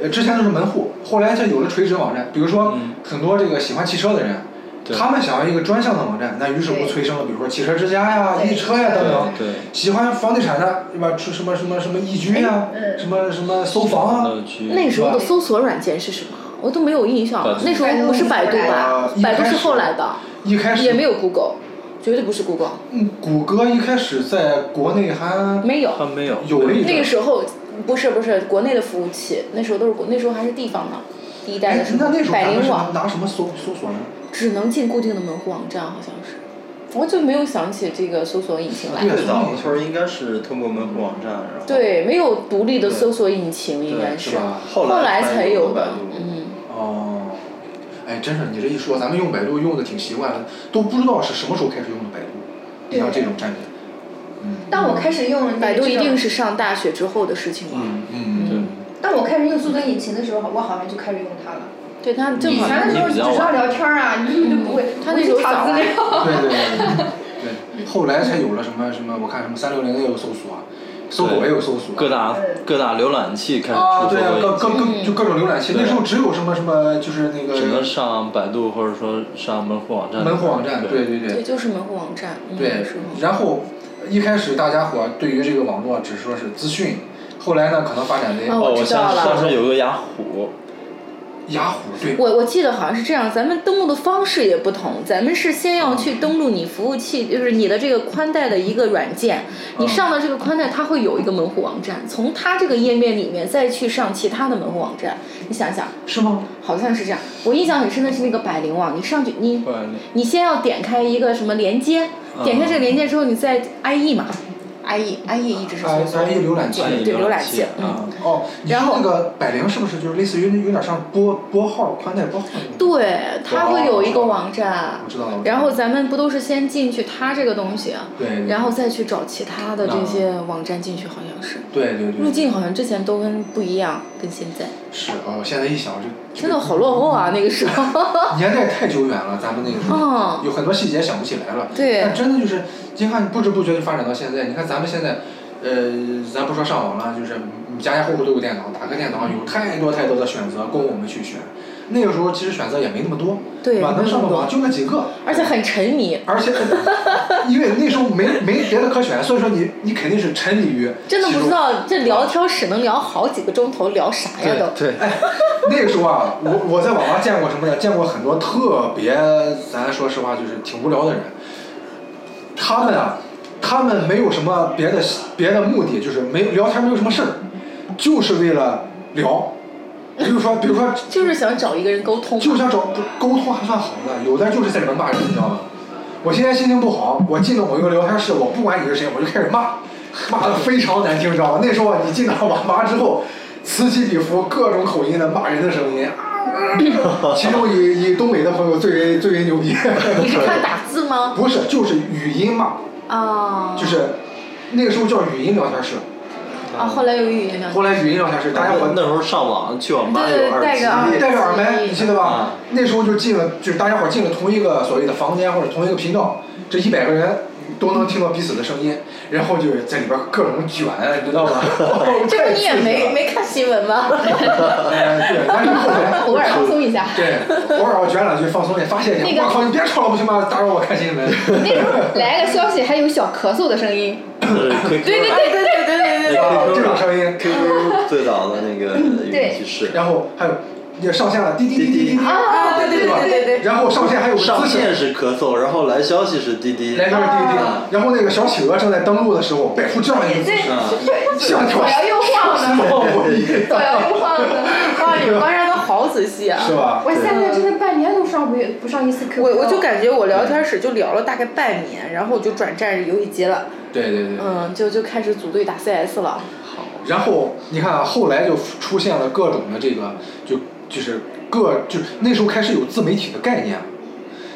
呃，之前都是门户，后来才有了垂直网站。比如说，很多这个喜欢汽车的人，嗯对他们想要一个专项的网站，那于是乎对催生了，比如说汽车之家呀、对易车呀等等。对对喜欢房地产的，对吧？出什么什么什么易居呀哎嗯，什么什么搜房啊，乐居那时候的搜索软件是什么？我都没有印象了。那时候不是百度吧呃？一百度开始是后来的，一开始也没有 Google，绝对不是 Google，嗯，谷歌一开始在国内还没有。他没有有了一那阵个儿。时候不是不是国内的服务器，那时候都是国，那时候还是地方的，第一代哎的时，那候那时候百咱们灵是网拿什么搜搜索呢？只能进固定的门户网站，好像是。我就没有想起这个搜索引擎来。最早的时候应该是通过门户网站，然后对，没有独立的搜索引擎，应该是吧后来来才才有的有的百度。嗯，哦，哎，真是你这一说，咱们用百度用的挺习惯了，都不知道是什么时候开始用的百度。你像这种产品，当我开始用百度这一种定是上大学之后的事情了。嗯嗯对当我开始用搜索引擎的时候，我好像就开始用它了。对他正以好前的时候只知道聊天啊，你根本就不会。他那时候早我去查啊资料。对对对对对，后来才有了什么什么，我看什么三六零也有搜索，啊搜狗也有搜索，各大嗯各大浏览器开始啊，出对啊，各搜各索嗯各就各种浏览器，那对时候只有什么什么，就是那引擎，只能个上百度或者说上门户网站。门户网站，对对对对，就是门户网站。嗯对是门户，然后一开始大家伙对于这个网络啊只说是资讯，后来呢可能发展为哦哦，我我知道像了上面有个雅虎，雅虎，对，我我记得好像是这样，咱们登录的方式也不同，咱们是先要去登录你服务器，就是你的这个宽带的一个软件，你上的这个宽带它会有一个门户网站，从它这个页面里面再去上其他的门户网站，你想想，是吗？好像是这样。我印象很深的是那个百灵网，你上去你不然你你先要点开一个什么连接，点开这个连接之后，你再 IE 嘛，IE IE 一直是搜索 IE 哎浏览器对浏览器器，嗯。啊，哦，你然说后那个百灵是不是就是类似于有点像拨拨号宽带拨号那种？对，它会有一个网站我，知道了。我知道了然后咱们不都是先进去它这个东西，啊对对然后再去找其他的这些网站进去，好像是对对对入境好像之前都跟不一样，跟现在是哦，我现在一想就真的好落后啊，那个时候。年代太久远了，咱们那个时候嗯有很多细节想不起来了。对但真的就是，你看不知不觉就发展到现在。你看咱们现在，呃，咱不说上网了，就是嗯家家户户都有电脑，打开电嗯脑有太多太多的选择供我们去选。那个时候其实选择也没那么多，对吧？能上的网就那几个，而且很沉迷，而且因为那时候没没别的可选，所以说你你肯定是沉迷于真的其不中知道这聊天室能聊好几个钟头，聊啥呀都。对， 那个时候啊，我我在网上见过什么呢？见过很多特别，咱说实话就是挺无聊的人。他们啊，他们没有什么别的别的目的，就是没聊天没有什么事儿，就是为了聊。比如说，比如说，就是想找一个人沟通嘛，就想找沟通还算好的，有的人就是在里面骂人，你知道吗？我今天心情不好，我进到某一个聊天室，我 不管你是谁，我就开始骂，骂的非常难听，知道吗？那时候啊你进到网吧之后，此起彼伏各种口音的骂人的声音，啊其中以以东北的朋友最为最为牛逼，你是看打字吗？不是就是语音骂，啊，就是那个时候叫语音聊天室，啊，后来有语音聊天后来语音聊天室大家啊伙那时候上网去网吧对对有耳戴机个，耳戴着耳麦，你记得吧啊？那时候就进了，就是大家伙进了同一个所谓的房间或者同一个频道，这一百个人都能听到彼此的声音，然后就是在里边各种卷，你知道 吧？这个你也没没看新闻吗？哎，对，但是后来 偶尔放松一下。对，偶尔我卷两句放松也发泄一那下。个我靠，你别吵了不行吗？打扰我看新闻。那时候 来个消息还有小咳嗽的声音， 对对对对对对对对对。啊这种声音 QQ 最早的那个语音对提示，然后还有也上线了，滴滴滴滴滴滴，啊，对对对对对对。然后上线还有个上姿势。线是咳嗽，然后来消息是滴滴，来就是滴滴啊，然后那个小企鹅正在登录的时候，摆出这样一个姿势，啊像条左摇右 晃的，猫一样，左摇右晃的。哇，你们观察的好仔细啊！是吧？我现在真的半年都上不不上一次哦 QQ，我我就感觉我聊天室就聊了大概半年，然后我就转战游戏机了，对对对。嗯，就就开始组队打 CS 了。然后你看啊，后来就出现了各种的这个，就就是各就那时候开始有自媒体的概念，啊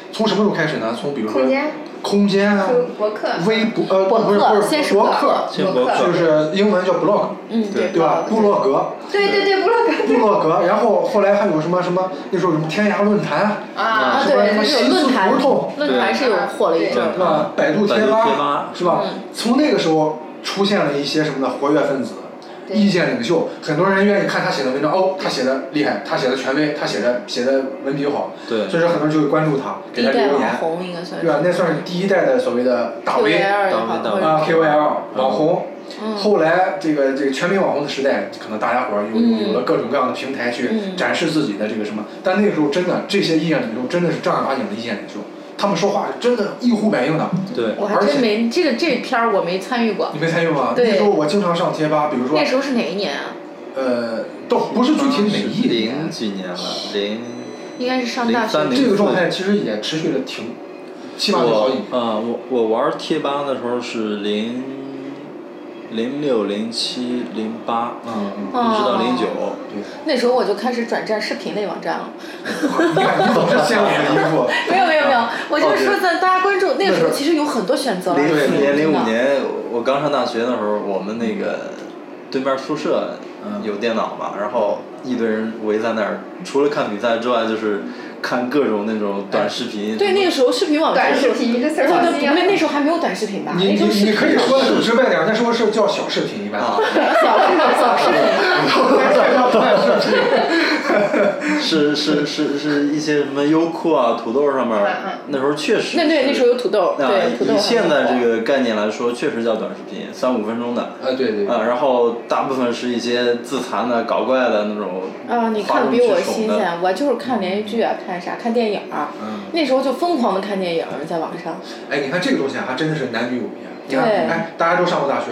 从什么时候开始呢？从比如说空间、空间啊、博客、微博呃博不是客不先是是博博哦客，先博客就是英文叫 blog，嗯，对对吧？部落格，对对对，部落格部落格，然后后来还有什么什么，那时候有什么天涯论坛，啊啊，什么对，什它么是西有论斯坛胡同，，论坛是有啊火了一阵儿。是吧？百度贴百度贴吧吧是吧？从那个时候出现了一些什么的活跃分子、对意见领袖，很多人愿意看他写的文章，哦，他写的厉害，他写的权威，他写的写的文笔好，对所以说很多人就会关注他，给第一他代留网言，红应该算对吧？啊那算是第一代的所谓的大 V 也好，大 V 啊或者，KOL 网红。嗯后来这个这个全民网红的时代，可能大家伙儿有有嗯有了各种各样的平台去嗯展示自己的这个什么，但那个时候真的这些意见领袖真的是正儿八经的意见领袖，他们说话是真的一呼百应的。对，我还而且真没这个这篇儿我没参与过。你没参与吗？对那时候我经常上贴吧，比如说那时候是哪一年啊？呃，倒不是具体哪一零年，几年了，零应该是上大学03。年这个状态其实也持续了挺起码有好几我年。啊，我我玩贴吧的时候是零零六零七零八，嗯嗯，哦一直到零九，对。那时候我就开始转战视频类网站了。 你看，你总是掀我的衣服。没有没有没有，我就是说咱大家关注那个时那时候候其实有很多选择了。零四年、零真的五年，我刚上大学的时候，我们那个对面宿舍嗯有电脑嘛，然后一堆人围在那儿，除了看比赛之外，就是看各种那种短视频。哎对那个时候视频网站短视频这词儿对好对，新不对，那啊！时候还没有短视频吧？你那你时候视你频可以说的直白点，那时候是叫小视频一般。啊，小视频小视频。叫短视频。是是是是一些什么优酷啊、土豆上面嗯嗯，那时候确实那对那时候有土豆，啊，对土豆以很现在火这个概念来说，确实叫短视频，三五分钟的。 啊，对对。啊，然后大部分是一些自残的、搞怪的那种啊，你哗看众的比取我宠新的鲜，我就是看连续剧啊，看啥，看电影儿。嗯。那时候就疯狂的看电影儿，在网上。哎，你看这个东西啊，还真的是男女有别。你看，对哎，大家都上过大学。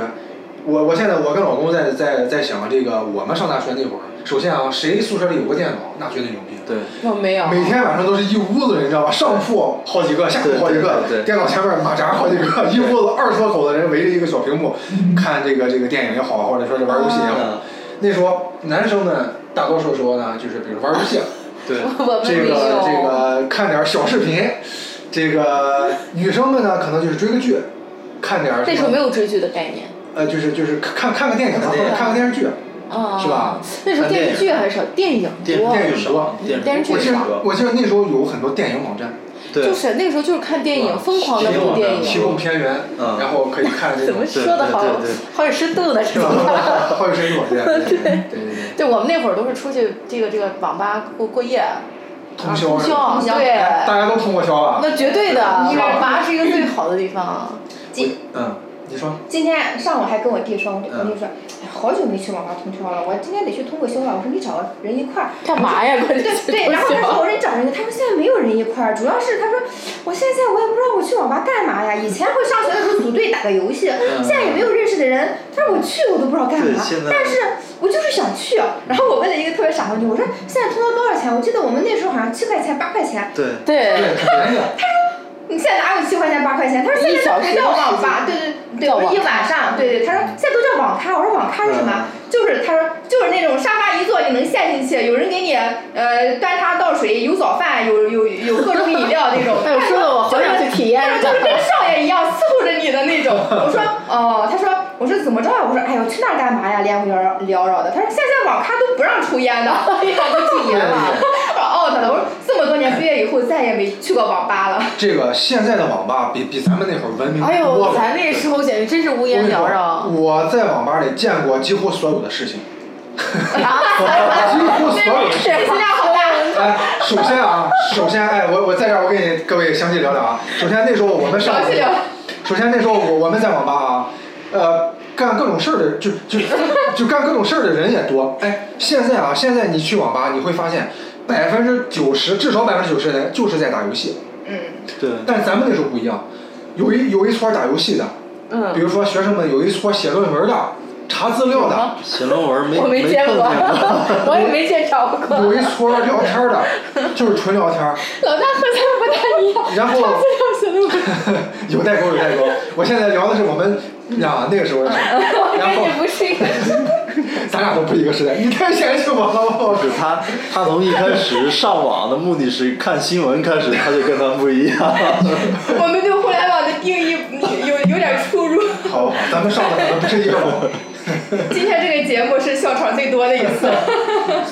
我我现在我跟老公在在在想啊这个，我们上大学那会儿，首先啊，谁宿舍里有个电脑，那绝对牛逼。对。我没有。每天晚上都是一屋子人，你知道吧？上铺好几个，下铺好几个对对对，对电脑前面马扎好几个，一屋子二十多口子人围着一个小屏幕，看这个这个电影也好，或者说是玩游戏也好嗯。那时候男生呢，大多数时候呢，就是比如玩游戏，啊对， 我们这个没有。这个看点小视频，这个女生们呢，可能就是追个剧，看点那时候什没么，有追剧的概念。呃，就是就是看看个电影，或者看个电视剧。啊，是吧？那时候看电电影视剧还少，电影电多。电影少多，电视我剧记是得吧我记得那时候有很多电影网站。对，就是那个时候就是看电是影，吧疯狂的电影补网电站提影。供片源，嗯然后可以看这怎种么，说的好对对对好有深度呢？这是吧 种。？好有深度，对对对对对，对，我们那会儿都是出去这个这个网吧过过夜，通宵是吧，哎啊通宵对，大家都通过宵啊。那绝对的，是吧网吧是一个最好的地方。今嗯，你说，今天上午还跟我弟说，我弟嗯我弟说，哎，好久没去网吧通宵了，我今天得去通个宵啊。我说你找个人一块儿， 干嘛呀？关键是对对，然后通他说宵我说你找人，他说现在没有人一块儿，主要是他说我现在我也不知道我去网吧干嘛呀。以前会上学的时候组队打个游戏，现在也没有认识的人。他说我去我都不知道干嗯对嘛现在，但是我就是想去。然后我问了一个特别傻的问题，我说现在通宵多少钱？我记得我们那时候好像七块钱八块钱。对，对，对，很便宜，啊你现在哪有七块钱八块钱？他说现在都不叫网吧，对对对，叫我网说一晚上，对对，他说现在都叫网咖，我说网咖是什么？就是他说就是就是那种沙发一坐就能陷进去，有人给你呃端茶倒水，有早饭，有有有各种饮料那种 哎呦，说的我好想去体验一但是就是下。跟少爷一样伺候着你的那种。 我说哦，他说我说怎么着呀？我说哎呦去那儿干嘛呀？连聊缭绕的。他说现在网咖都不让 抽烟的，哎 我禁言了。说 out 了。我说这么多年毕业以后再也没去过网吧了。这个现在的网吧比比咱们那会儿文明哎多呦，了。咱那时候简直真是乌我跟烟你说缭啊 绕。我在网吧里见过几乎所有的事情，啊，几乎所有的事情。资料好大。哎，首先啊，首先哎，我我在这儿我给你各位详细聊聊啊。首先那时候我们上详，细聊首先那时候我我们在网吧啊，呃，干各种事儿的就就就干各种事儿的人也多。哎，现在啊，现在你去网吧你会发现。百分之九十，至少百分之九十的人就是在打游戏，嗯，对，但咱们那时候不一样，有一有一撮打游戏的，比嗯，如说学生们有一撮写论文的、查资料嗯的，写论文没我没见碰过见过。， 我也没见着过。有一撮聊天儿的，就是纯聊天儿，老大和咱不大一样。然后这样子的有代沟有代沟。我现在聊的是我们啊那个时候的事儿，我然跟后你不是一个。 咱俩都不一个时代。你太嫌弃我了，我就是他，他从一开始上网的目的是看新闻开始，他就跟咱不一样。 我们对互联网的定义有有点出入。好不好？咱们上的可能不是一个网。今天这个节目是笑场最多的一次。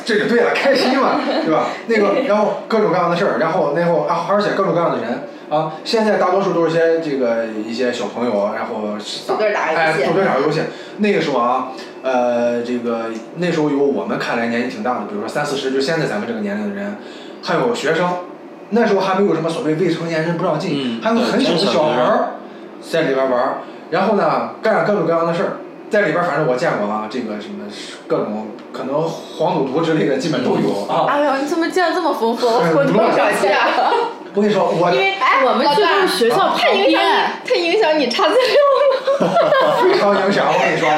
这就对了，开心 嘛，对吧？那个，然后各种各样的事儿，然后然后啊，而且各种各样的人啊，现在大多数都是些这个一些小朋友，啊然后组队打游哎，戏组队打游戏。那个时候啊，呃，这个那时候有我们看来年纪挺大的，比如说三四十，就现在咱们这个年龄的人，还有学生，那时候还没有什么所谓未成年人不让进，嗯还有很小的对小孩儿在里边玩儿，然后呢，干各种各样的事儿。在里边儿反正我见过啊，这个什么各种可能黄赌毒之类的，基本都有啊。哎呦，你怎么见得这么丰富？哎我不多乱少讲去啊？我跟你说，我因为哎，我们老去段就是学校旁它影响你边，，它影响你查资料了。非常影响。我跟你说，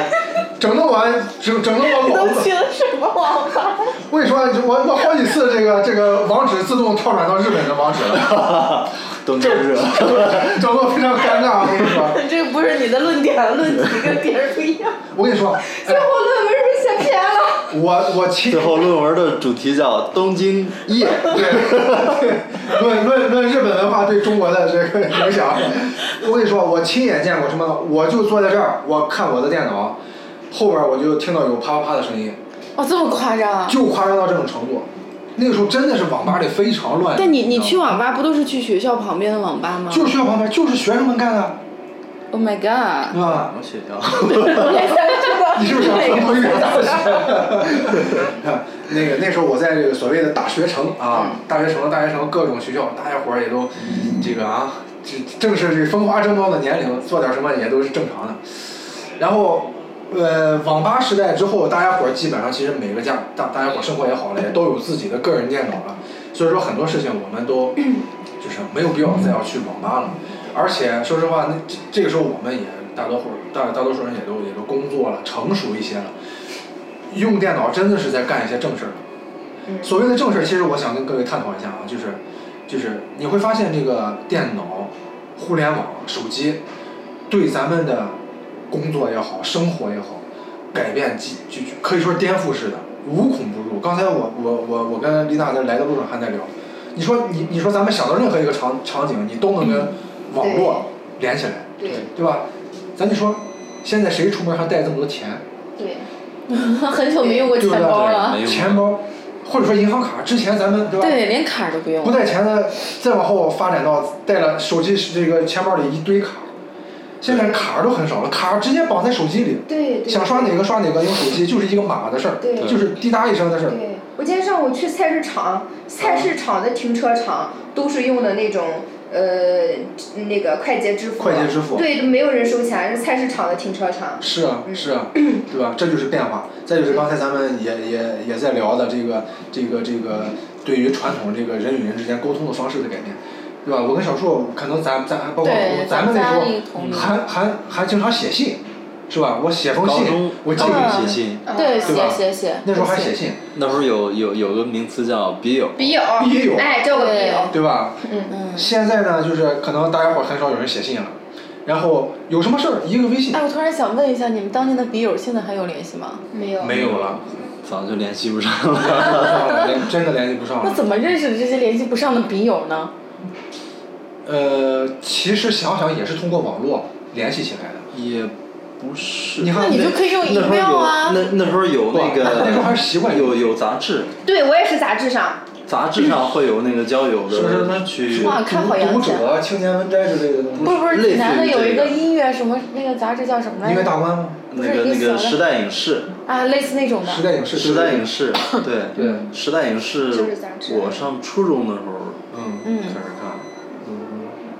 整得我整整得我脑子去了什么网吧？我跟你说，我我好几次这个这个网址自动跳转到日本的网址了， 都没热， 整的我非常尴尬。我跟你说， 这个不是你的论点，论题跟别人不一 样。我跟你说，哎最后论文是不是写偏了？我我其最后论文的主题叫《东京夜》。对对， 论论论日本文化对中国的这个影响，我跟你说，我亲眼见过什么呢？我就坐在这儿，我看我的电脑，后边我就听到有啪啪啪的声音，哦，这么夸张啊？就夸张到这种程度。那个时候真的是网吧里非常乱。但你知你道吗去网吧不都是去学校旁边的网吧吗就是学校旁边，就是学生们干的， ？Oh my god！对吧？我写掉。 你是不是想说东岳大学？那个那时候我在这个所谓的大学城啊，大学城、大学城各种学校，大家伙儿也都这个啊，这正是这风华正茂的年龄，做点什么也都是正常的。然后，呃，网吧时代之后，大家伙儿基本上其实每个家大大家伙儿生活也好了，也都有自己的个人电脑了，所以说很多事情我们都就是没有必要再要去网吧了。而且说实话，那这这个时候我们也大多数大大多数人也都也都工作了，成熟一些了，用电脑真的是在干一些正事儿了。所谓的正事儿，其实我想跟各位探讨一下啊，就是就是你会发现这个电脑、互联网、手机对咱们的工作也好、生活也好，改变几就就可以说颠覆式的，无孔不入。刚才我我我我跟丽娜在来的路上还在聊，你说你你说咱们想到任何一个场场景，你都能跟网络连起来，对对吧？咱就说现在谁出门还带这么多钱？啊对， 很久没用过对钱不对？包了，没有钱包或者说银行卡，之前咱啊们对吧？对，连卡都不用不。带钱的，再往后发展到带了手机是这个钱包里一堆卡，现在卡都很少了，卡直接绑在手机里，对对。想刷哪个刷哪个，用手机就是一个码的事儿，对就是滴答一声的事儿。 对，我今天上午去菜市场，菜市场的停车场都是用的那种呃那个快捷支付，快捷支付对，没有人收钱，是菜市场的停车场。是啊，嗯是啊，对吧？这就是变化。再就是刚才咱们也也也在聊的这个这个这个对于传统这个人与人之间沟通的方式的改变，对吧？我跟小树可能咱咱还包括对我，咱们那家时候里同龄还还还经常写信，是吧？我写封高信中，我寄高给中你写信，对，对吧写写写。那时候还写信，那会儿有有有个名词叫笔友，笔友，笔友哎，叫我笔友，对吧？嗯。现在呢，就是可能大家伙儿很少有人写信了，然后有啊什么事儿一个微信哎，我突然想问一下，你们当年的笔友现在还有联系吗？没有，没有了，早就联系不上了。联 真的联系不上那了。怎么认识的这些联系不上的笔友呢？呃，其实想想也是通过网络联系起来的。也不是，你看那你就可以用那时候 email 有啊那那时候有那个，那时候还是习惯有有杂志，对我也是杂志上，杂志上会有那个交友是不是的去哇看好洋读气啊者、青年文摘之类的东不是西。不类似于是，男的有一这个个音乐什么那个杂志叫什么来因为着？大观吗？那个那个时代影视，啊，类似那种的。时代影视。时代 影。视，对对时代影视就是杂，志我上初中的时候嗯嗯开始看，嗯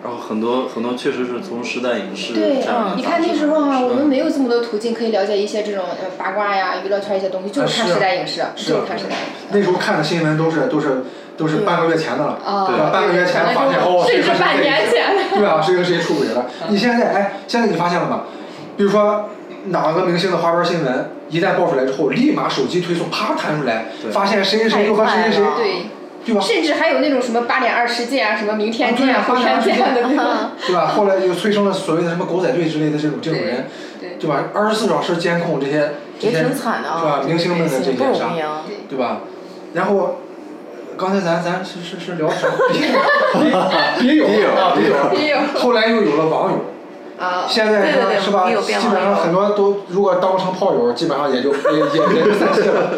然后很多很多确实是从时代影视对这样你的杂志上开始，看那时候啊，我们嗯没有这么多途径可以了解一些这种呃八卦呀、娱乐圈一些东西，就是啊看是啊时代影视，是啊就是看时代影视。那时候看的新闻都是都是都是半个月前的了，哦对吧？啊半个月前发现哦，甚谁至和谁半年前在一起对啊，谁和谁出轨了？你现在哎，现在你发现了吗？比如说哪个明星的花边新闻一旦爆出来之后，立马手机推送啪弹出来，对发现谁谁谁又和谁谁谁太快了，对，对吧？甚至还有那种什么八点二十见啊，什么明天见啊后对啊天见的，对吧？对吧？后来就催生了所谓的什么狗仔队之类的这种这种人，对对吧？二十四小时监控这些这也些挺惨的啊，是吧？明星们的这不些啥容易，啊。对吧？然后呃刚才咱咱是是是聊 啥？别别别有有啊别有，也有后来又有了网友，啊，现在对对对是吧？网友变基本上网友很多都如果当成炮友，基本上也就也也也就散气 了，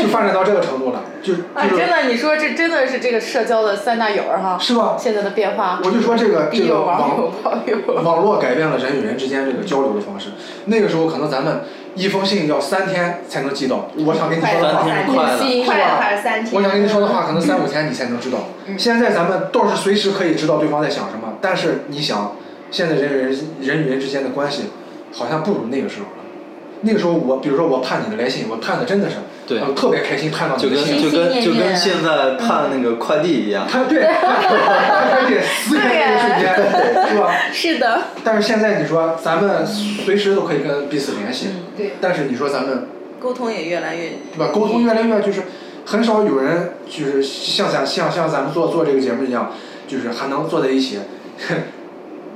就发展到这个程度了，就哎，就真是的，你说这真的是这个社交的三大友儿哈，是吧？现在的变化，我就说这个这笔个友、啊网网友、网 友，网络改变了人与人之间这个交流的方式。那个时候可能咱们一封信要三天才能寄到，我想跟你说的三话，天是快的，快了还是三天？我想跟你说的话可能三五天你才能知道。嗯现在咱们倒是随时可以知道对方在想什么，但是你想，现在人与人人与人之间的关系好像不如那个时候了。那个时候我，比如说我盼你的来信，我盼的真的是，对呃特别开心盼到就你的跟信。就心心念跟就念跟现在盼那个快递一样，他对，他得撕开那个瞬 间，是吧？是的，但是现在你说咱们随时都可以跟彼此联系，嗯对但是你说咱们沟通也越来越对吧？沟通越来越就是很少有人就是像咱像像咱们做做这个节目一样，就是还能坐在一起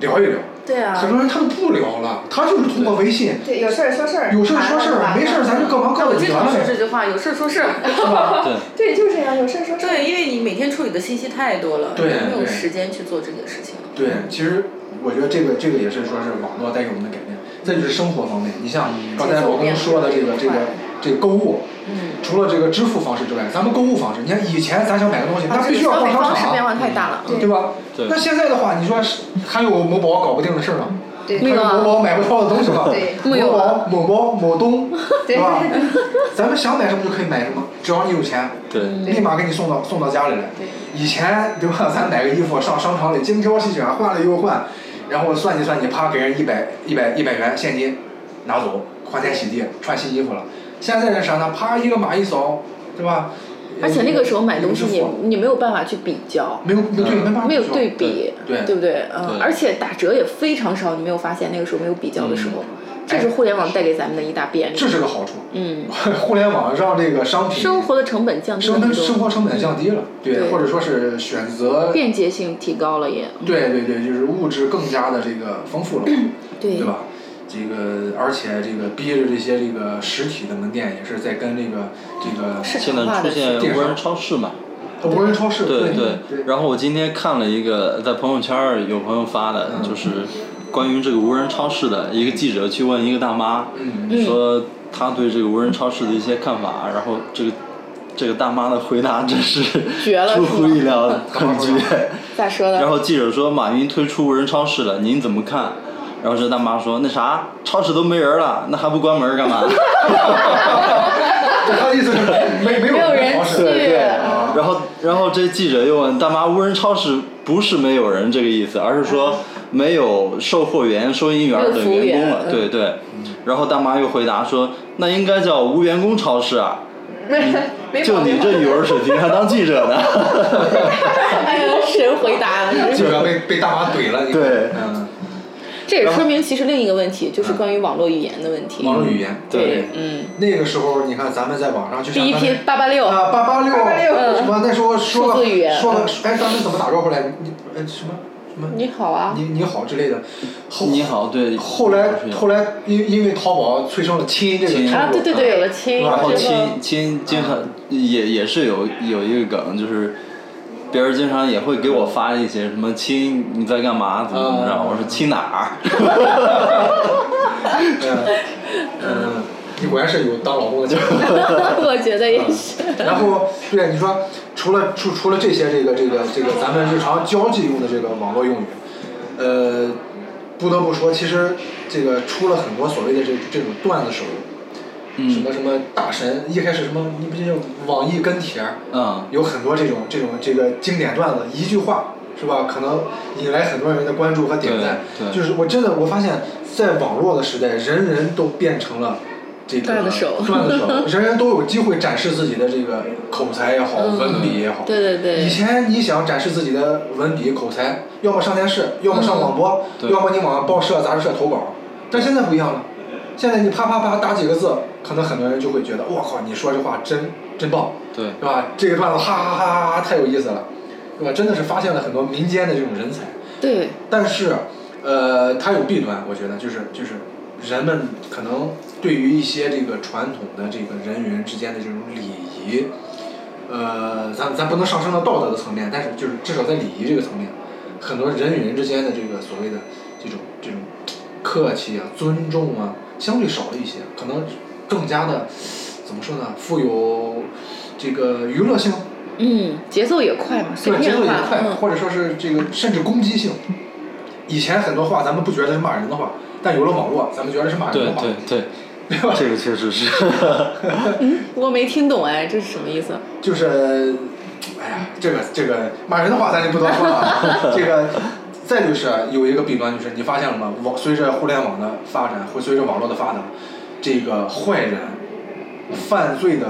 聊一聊。对啊很，多人他都不聊了，他就是通过微信，对，有事儿说事儿，有事儿说事完了儿，没事儿咱就各忙那各我的经得常了说这呗，句话，有事儿说事儿。是吧？对，对，就是这样，有事儿说事儿。 对，因为你每天处理的信息太多了，对你没有对时间去做这些事情。对，其实我觉得这个这个也是说是网络带给我们的改变，再就是生活方面，你像刚才老公说的这个这个这个购物，嗯，除了这个支付方式之外，咱们购物方式，你看以前咱想买个东西，那啊这必个须要消逛费商方式变场，啊化太大了。对对吧？对那现在的话，你说是还有某宝搞不定的事儿吗？对还那个有某啊宝买不到的东西吗？对木有某宝、某猫、某 东，对是吧？咱们想买什么就可以买什么，只要你有钱， 对立马给你送到送到家里来。以前对吧？咱买个衣服上商场里精挑细选，换了又换，然后算计算计，啪给人一百一百一百元现金拿走，欢天喜地穿新衣服了。现在是啥呢？啪一个码一扫，对吧？而且那个时候买东西一你个支付你没有办法去比较，没有没有对没办法没有比较对比，对不对？嗯，对而且打折也非常少，你没有发现那个时候没有比较的时候，这是互联网带给咱们的一大便利。嗯这是个好处。嗯，互联网让这个商品生活的成本降低了生很生多，活成本降低了，对，对或者说是选择，便捷性提高了也。对对对，就是物质更加的这个丰富了嘛，嗯对对吧？这个而且这个逼着这些这个实体的门店也是在跟这个这个是现在出现电无商人超市嘛，无人超市，对对然后我今天看了一个在朋友圈儿有朋友发的，就是关于这个无人超市的一个记者去问一个大妈，嗯说她对这个无人超市的一些看法，然后这个这个大妈的回答真是绝了出乎意料，大妈很说绝啥。咋说然的？后记者说马云推出无人超市了，您怎么看？然后这大妈说那啥，超市都没人了，那还不关门干嘛？ 就他的意 思就是没没有没有人人超市，去 对对啊然后，然后这记者又问大妈，无人超市不是没有人这个意思，而是说没有售货员、收银员嗯没有等服务员工员了。嗯对对。然后大妈又回答说，那应该叫无员工超市啊。 没就毛病你这语文水平还当记者 呢？哎呀，神回答了。记者被被大妈怼了，你看对嗯，这也说明其实另一个问题就是关于网络语言的问题。网络语言，对嗯，那个时候你看咱们在网上就像第一刚才批八八六，啊，八八六886什么那时候说数个字语言说个哎，当时怎么打招呼来？你呃什么？什么你好啊，你你好之类的。后你好， 对，后来后来，来因因为淘宝催生了亲这个亲称呼啊，对对对，有了亲嗯然然后之后哦亲 亲经常也也是有有一个梗，就是别人经常也会给我发一些什么亲你在干嘛怎么怎么着，啊我说亲哪儿？嗯，你果然是有当老公的劲儿。 我觉得也是。嗯然后对你说，除了除除了这些这个这个这个咱们日常交际用的这个网络用语，呃，不得不说，其实这个出了很多所谓的这这种段子手，什嗯么什么大神，一开始什么你不就是网易跟帖儿，嗯，有很多这种这种这个经典段子，一句话是吧？可能引来很多人的关注和点赞。对对就是我真的我发现，在网络的时代，人人都变成了。这个段子手段子手，人人都有机会展示自己的这个口才也好，文笔也好。对对对以前嗯你想展示自己的文笔、口才，要么上电视，要么上广播，对要么你往报社、杂志社投稿。但现在不一样了，现在你啪啪啪打几个字，可能很多人就会觉得，我靠，你说这话真真棒。 对，是吧？这个段子哈哈哈哈哈太有意思了，对吧？真的是发现了很多民间的这种人才，对，但是，呃，它有弊端，我觉得就是就是人们可能对于一些这个传统的这个人与人之间的这种礼仪，呃，咱咱不能上升到道德的层面，但是就是至少在礼仪这个层面，很多人与人之间的这个所谓的这种这种客气啊、尊重啊，相对少了一些，可能更加的怎么说呢？富有这个娱乐性，嗯，节奏也快嘛，随对，节便奏也画，快，嗯，或者说是这个甚至攻击性。以前很多话咱们不觉得是骂人的话，但有了网络，咱们觉得是骂人对的话。对对，这个确实 是。我没听懂哎，这是什么意思？就是，哎呀，这个这个骂人的话咱就不多说了啊。这个再就是啊有一个弊端，就是你发现了吗？网随着互联网的发展，会随着网络的发展，这个坏人犯罪的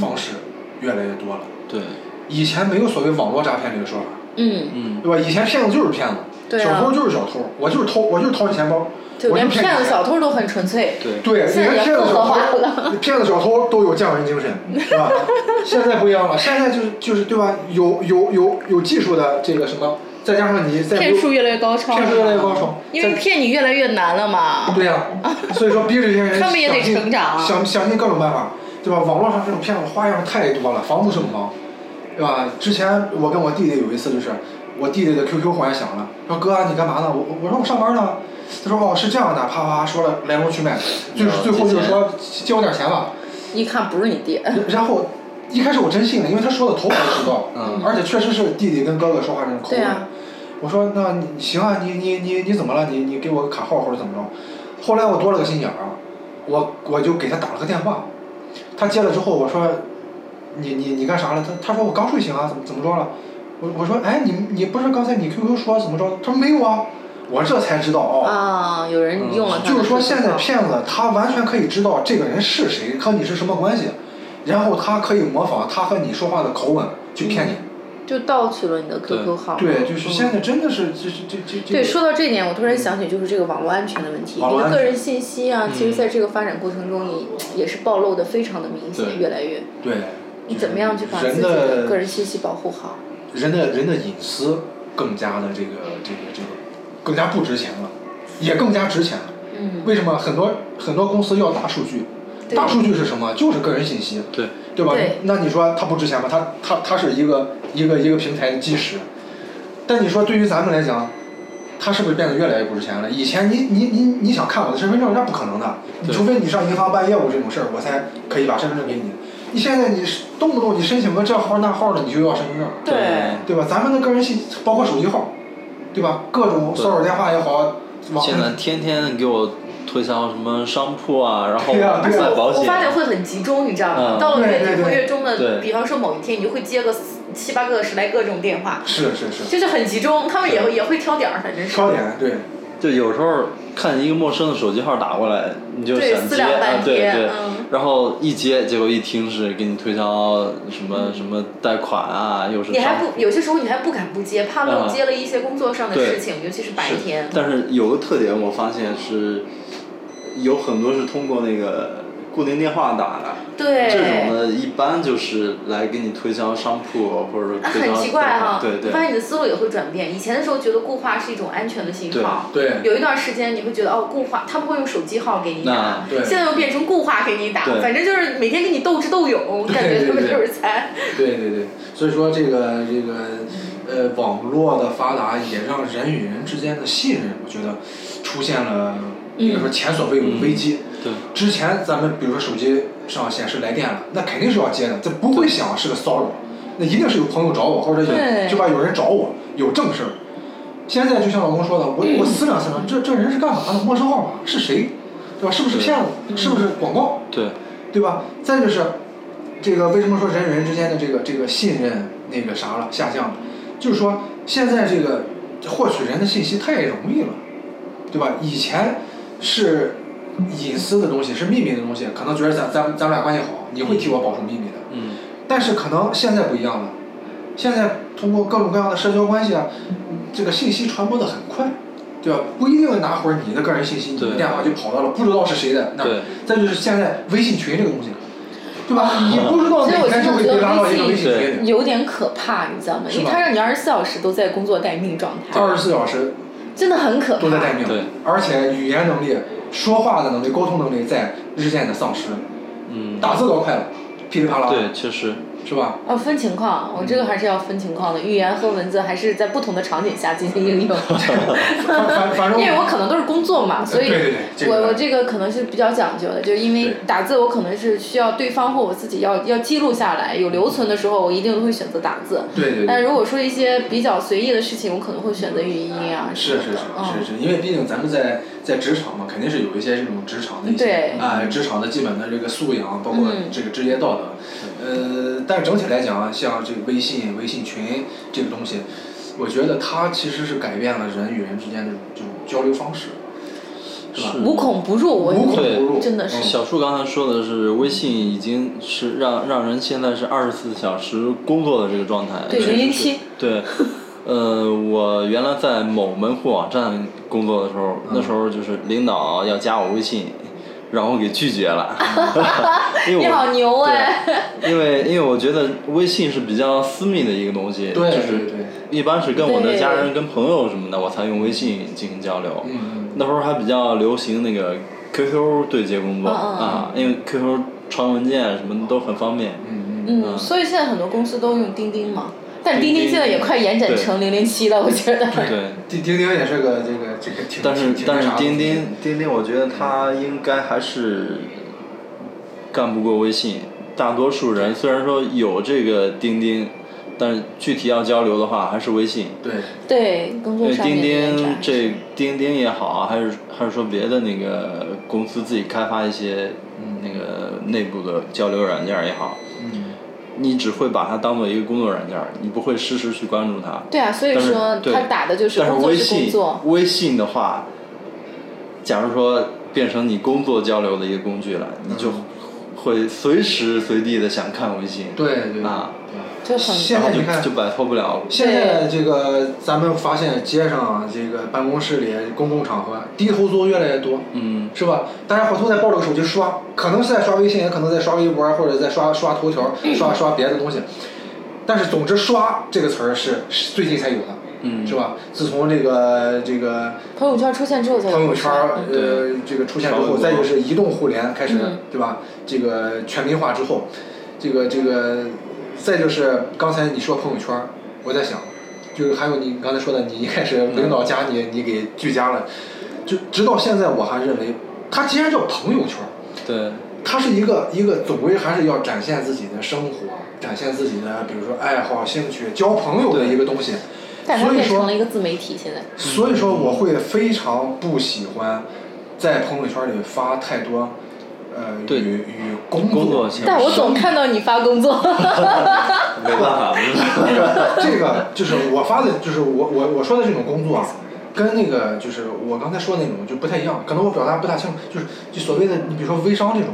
方式越来越多了。对，以前没有所谓网络诈骗这个说法，嗯，嗯，对吧？以前骗子就是骗子，对小啊偷就是小偷，我就是偷，我就是掏你钱包，就我就连骗骗你子、钱小偷都很纯粹。对，对，你现在看也骗子不小合法偷，骗子小偷都有匠人精神，是吧？现在不一样了，现在就是就是对吧？有有有有技术的这个什么，再加上你再骗术越来越高超，骗术越来越高超因为骗你越来越难了嘛。对呀、所以说逼着这些人他们也得想尽成长啊想想尽各种办法，对吧？网络上这种骗子花样太多了，防不胜防，对吧？之前我跟我弟弟有一次就是，我弟弟的 QQ 忽然响了，说哥啊你干嘛呢？我我我说我上班呢。他说哦是这样的，啪啪啪说了来龙去脉，最哦最后就借是钱说借我点钱吧。一看不是你爹， 然后一开始我真信了，因为他说的头头是道，嗯而且确实是弟弟跟哥哥说话这种口对吻。啊我说那你行啊，你你你你怎么了？你你给我个卡号或者怎么着？后来我多了个心眼儿，啊我我就给他打了个电话，他接了之后我说你你你干啥了？他他说我刚睡醒啊，怎么怎么着了？我我说哎你你不是刚才你 QQ 说怎么着？他说没有啊，我这才知道哦。嗯啊，有人用了他的就是说，手机现在号骗子他完全可以知道这个人是谁和你是什么关系，然后他可以模仿他和你说话的口吻去骗你。就盗取了你的对 QQ 号，对，就是嗯现在真的是这这这这。对，说到这一点，我突然想起就是这个网络安全的问题，网你络的安个全人信息啊，其实在这个发展过程中，你也是暴露的非常的明对显，越来越，对。你怎么样去把自人己的个的人信息保护好？人的人的隐私更加的这个这个这个更加不值钱了，也更加值钱了。嗯，为什么很多很多公司要大数据？大数据是什么？就是个人信息。对对吧？对那你说它不值钱吗？它它它是一个一个一个平台的基石，但你说对于咱们来讲，它是不是变得越来越不值钱了？以前你你你你想看我的身份证，那不可能的，对除非你上银行办业务这种事儿，我才可以把身份证给你。你现在你是动不动你申请个这号那号的，你就要身份证，对对吧？咱们的个人信息包括手机号，对吧？各种骚扰电话也好，网现在上天天给我推销什么商铺啊，然后对啊对啊卖保 我险，发现会很集中，你知道吗？嗯到了月对对底对或月中对的，比方说某一天，你就会接个四七八个、十来个这种电话，是是是，就是很集中。他们也会也会挑点儿，反正是。挑点对。就有时候看一个陌生的手机号打过来，你就对想思接，量半啊、对天对、嗯然后一接，结果一听是给你推销什么什么贷款啊，又是嗯你还啥。不有些时候你还不敢不接，怕漏嗯接了一些工作上的对事情，尤其是白是天。但是有个特点，我发现是有很多是通过那个固定电话打的，对，这种的一般就是来给你推销商铺或者说啊推销很奇怪哈、对对你发现你的思路也会转变。以前的时候觉得固话是一种安全的信号，对有一段时间你会觉得哦固话他们会用手机号给你打那，对现在又变成固话给你打，对反正就是每天跟你斗智斗勇，感觉他们就是在对对对，所以说这个这个呃，网络的发达也让人与人之间的信任，我觉得出现了应该说前所未有的危机。对之前咱们比如说手机上显示来电了，那肯定是要接的，这不会想是个骚扰，那一定是有朋友找我，或者有对就吧有人找我有正事儿。现在就像老公说的，我我思量思量，这这人是干嘛的？陌生号码是谁？对吧？是不是骗子？是不是广告？对对吧？再就是，这个为什么说人与人之间的这个这个信任那个啥了下降了？就是说现在这个获取人的信息太容易了，对吧？以前是隐私的东西，是秘密的东西，可能觉得咱咱咱们俩关系好，你会替我保守秘密的。嗯但是可能现在不一样了，现在通过各种各样的社交关系啊，这个信息传播的很快，对吧？不一定拿会儿你的个人信息，你的对电话就跑到了不知道是谁的那儿对。再就是现在微信群这个东西，对吧？啊你不知道所以哪我天现就在会觉给得你拉到一个微微信信群里，有点可怕，你知道吗？是因吧为它让你二十四小时都在工作待命状态，二十四小时真的很可怕。都在待命对，而且语言能力、说话的能力、沟通能力在日渐的丧失，嗯，打字都快了，噼里啪啦，对，确实是吧？哦，分情嗯况，我这个还是要分情况的，语言和文字还是在不同的场景下进行 应用。反反反正因为我可能都是工作嘛，所以呃对对对这个我我这个可能是比较讲究的，就因为对打字我可能是需要对方或我自己要要记录下来，有留存的时候我一定会选择打字。对对对。但如果说一些比较随意的事情，我可能会选择语音啊。是是是是是，因为毕竟咱们在在职场嘛，肯定是有一些这种职场的一些对啊、职场的基本的这个素养，包括嗯这个职业道德。呃，但是整体来讲啊，像这个微信、微信群这个东西，我觉得它其实是改变了人与人之间的这种交流方式，是吧？无孔不入，我无孔对不入，真的是嗯小树刚才说的是，微信已经是让让人现在是二十四小时工作的这个状态。对确实是零零七。对，呃，我原来在某门户网站工作的时候，那时候就是领导要加我微信，让我给拒绝了。因为你我好牛哎！对， 因为因为我觉得微信是比较私密的一个东西，对就对是对，一般是跟我的对家人、跟朋友什么的，我才用微信进行交流。嗯嗯那时候还比较流行那个 QQ 对接工作嗯嗯嗯啊，因为 QQ 传文件什么的都很方便。嗯嗯，嗯，所以现在很多公司都用钉钉嘛，但钉钉现在也快延展对成零零七了，我觉得。对，钉钉钉也是个这个这个挺但是挺挺但那是啥的钉钉钉钉，我觉得它应该还是干不过微信。大多数人虽然说有这个钉钉，但是具体要交流的话还是微信。对对，工因作为上面钉的延展钉这钉钉也好啊，还是还是说别的那个公司自己开发一些嗯那个内部的交流软件也好，嗯你只会把它当做一个工作软件儿，你不会时时去关注它。对啊，所以但是说对他打的就是但是工作微是工信作。微信的话，假如说变成你工作交流的一个工具了，你就嗯会随时随地的想看微信，对对对啊，就很现然后在你看就就摆脱不了了。现在这个咱们发现街上啊这个办公室里公共场合低头族越来越多，嗯，是吧？大家伙都在抱着个手机刷，可能是在刷微信，也可能在刷微博，或者在刷刷头条，嗯刷刷别的东西。但是总之，“刷”这个词儿是是最近才有的，嗯是吧？自从这个这个朋友圈出现之后才有朋友圈儿呃对这个出现之刷微后，博再就是移动互联开始嗯对吧？这个全民化之后，这个这个再就是刚才你说朋友圈儿，我在想，就是还有你刚才说的，你一开始嗯领导加你，你给拒加了，就直到现在我还认为，它既然叫朋友圈儿，对，它是一个一个总归还是要展现自己的生活，展现自己的比如说爱好、兴趣、交朋友的一个东西。但它所以变说成了一个自媒体现在。所以说，我会非常不喜欢在朋友圈里发太多，呃，对与与工工作作性但我总看到你发工作， 没 办法，这个就是我发的，就是我我我说的这种工 作啊，跟那个就是我刚才说的那种就不太一样，可能我表达不大清楚，就是就所谓的你比如说微商这种，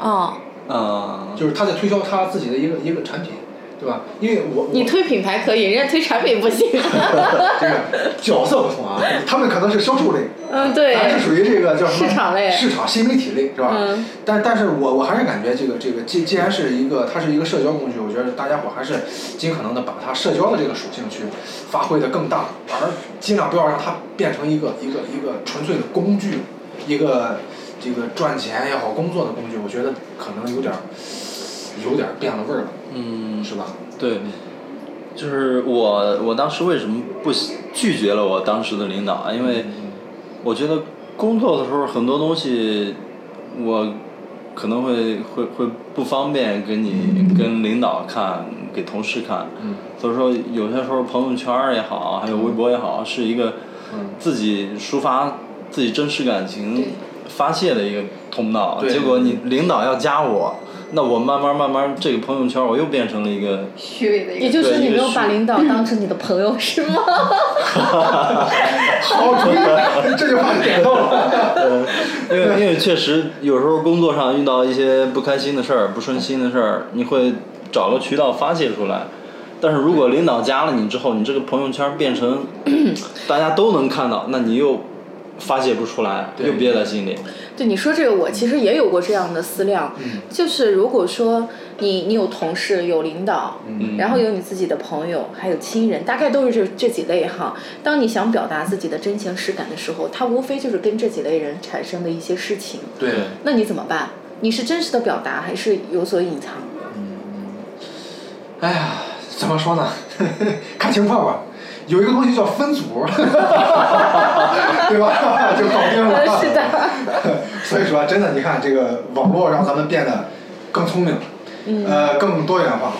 啊，啊，就是他在推销他自己的一个一个产品，对吧？因为我我你推品牌可以，人家推产品不行。这个角色不同啊，他们可能是销售类，嗯，对，还是属于这个叫什么市场类市场新媒体类是吧？嗯但但是我我还是感觉这个这个既既然是一个它是一个社交工具，我觉得大家伙还是尽可能的把它社交的这个属性去发挥的更大，而尽量不要让它变成一个一个一个纯粹的工具，一个这个赚钱也好工作的工具，我觉得可能有点儿有点儿变了味儿了，嗯，是吧？对，就是我我当时为什么不拒绝了我当时的领导啊？因为我觉得工作的时候很多东西我可能会会会不方便跟你跟领导看，给同事看。嗯所以说，有些时候朋友圈儿也好，还有微博也好，是一个嗯自己抒发自己真实感情对、发泄的一个通道。对结果你领导要加我，那我慢慢慢慢这个朋友圈我又变成了一个虚伪的一也个。就是说，对你一个没有是把领导当成你的朋友是吗？好主意， 这句话点到了。 因为因为确实有时候工作上遇到一些不开心的事儿、不顺心的事儿，你会找个渠道发泄出来。但是如果领导加了你之后，你这个朋友圈变 成大家都能看到，那你又发泄不出来，对又憋在心里。对你说这个，我其实也有过这样的思量，嗯就是如果说你你有同事、有领导，嗯然后有你自己的朋友，还有亲人，大概都是这这几类哈。当你想表达自己的真情实感的时候，它无非就是跟这几类人产生的一些事情，对。那你怎么办？你是真实的表达，还是有所隐藏？哎呀，怎么说呢？ 看情况吧。有一个东西叫分组， 对吧？ 就搞定了。是的。 所以说，啊真的，你看这个网络让咱们变得更聪明，呃，更多元化，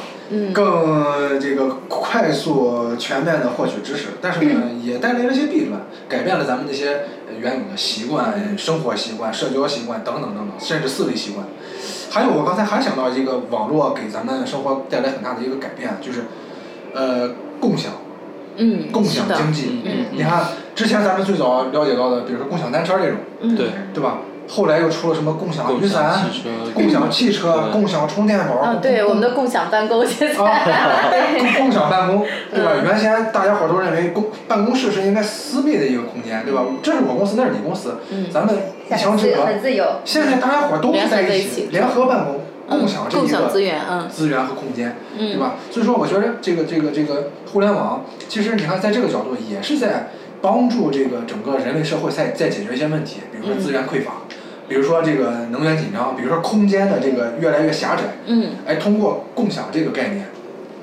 更这个快速全面的获取知识。但是呢，也带来了一些弊端，改变了咱们那些呃原有的习惯、生活习惯、社交习惯等等等等，甚至思维习惯。还有，我刚才还想到一个网络给咱们生活带来很大的一个改变，就是，呃，共享、嗯，共是享的，经济。嗯你看，之前咱们最早了解到的，比如说共享单车这种，嗯，对，对吧？后来又出了什么共享共雨享伞、汽车，共享汽车、对共享充电宝、啊，对，我们的共享办公现在，啊，共享办公，对嗯吧？原先大家伙都认为公办公室是应该私密的一个空间，对吧？这是我公司，那是你公司，嗯咱们一很墙之自隔。很自由，现在大家伙都是一联合办公，嗯共享这一共享资个源，嗯资源和空间，对嗯，吧？所以说，我觉得这个这个这个互联网，其实你看，在这个角度也是在帮助这个整个人类社会在在解决一些问题，比如说嗯资源匮乏，比如说这个能源紧张，比如说空间的这个越来越狭窄，嗯，哎，通过共享这个概念，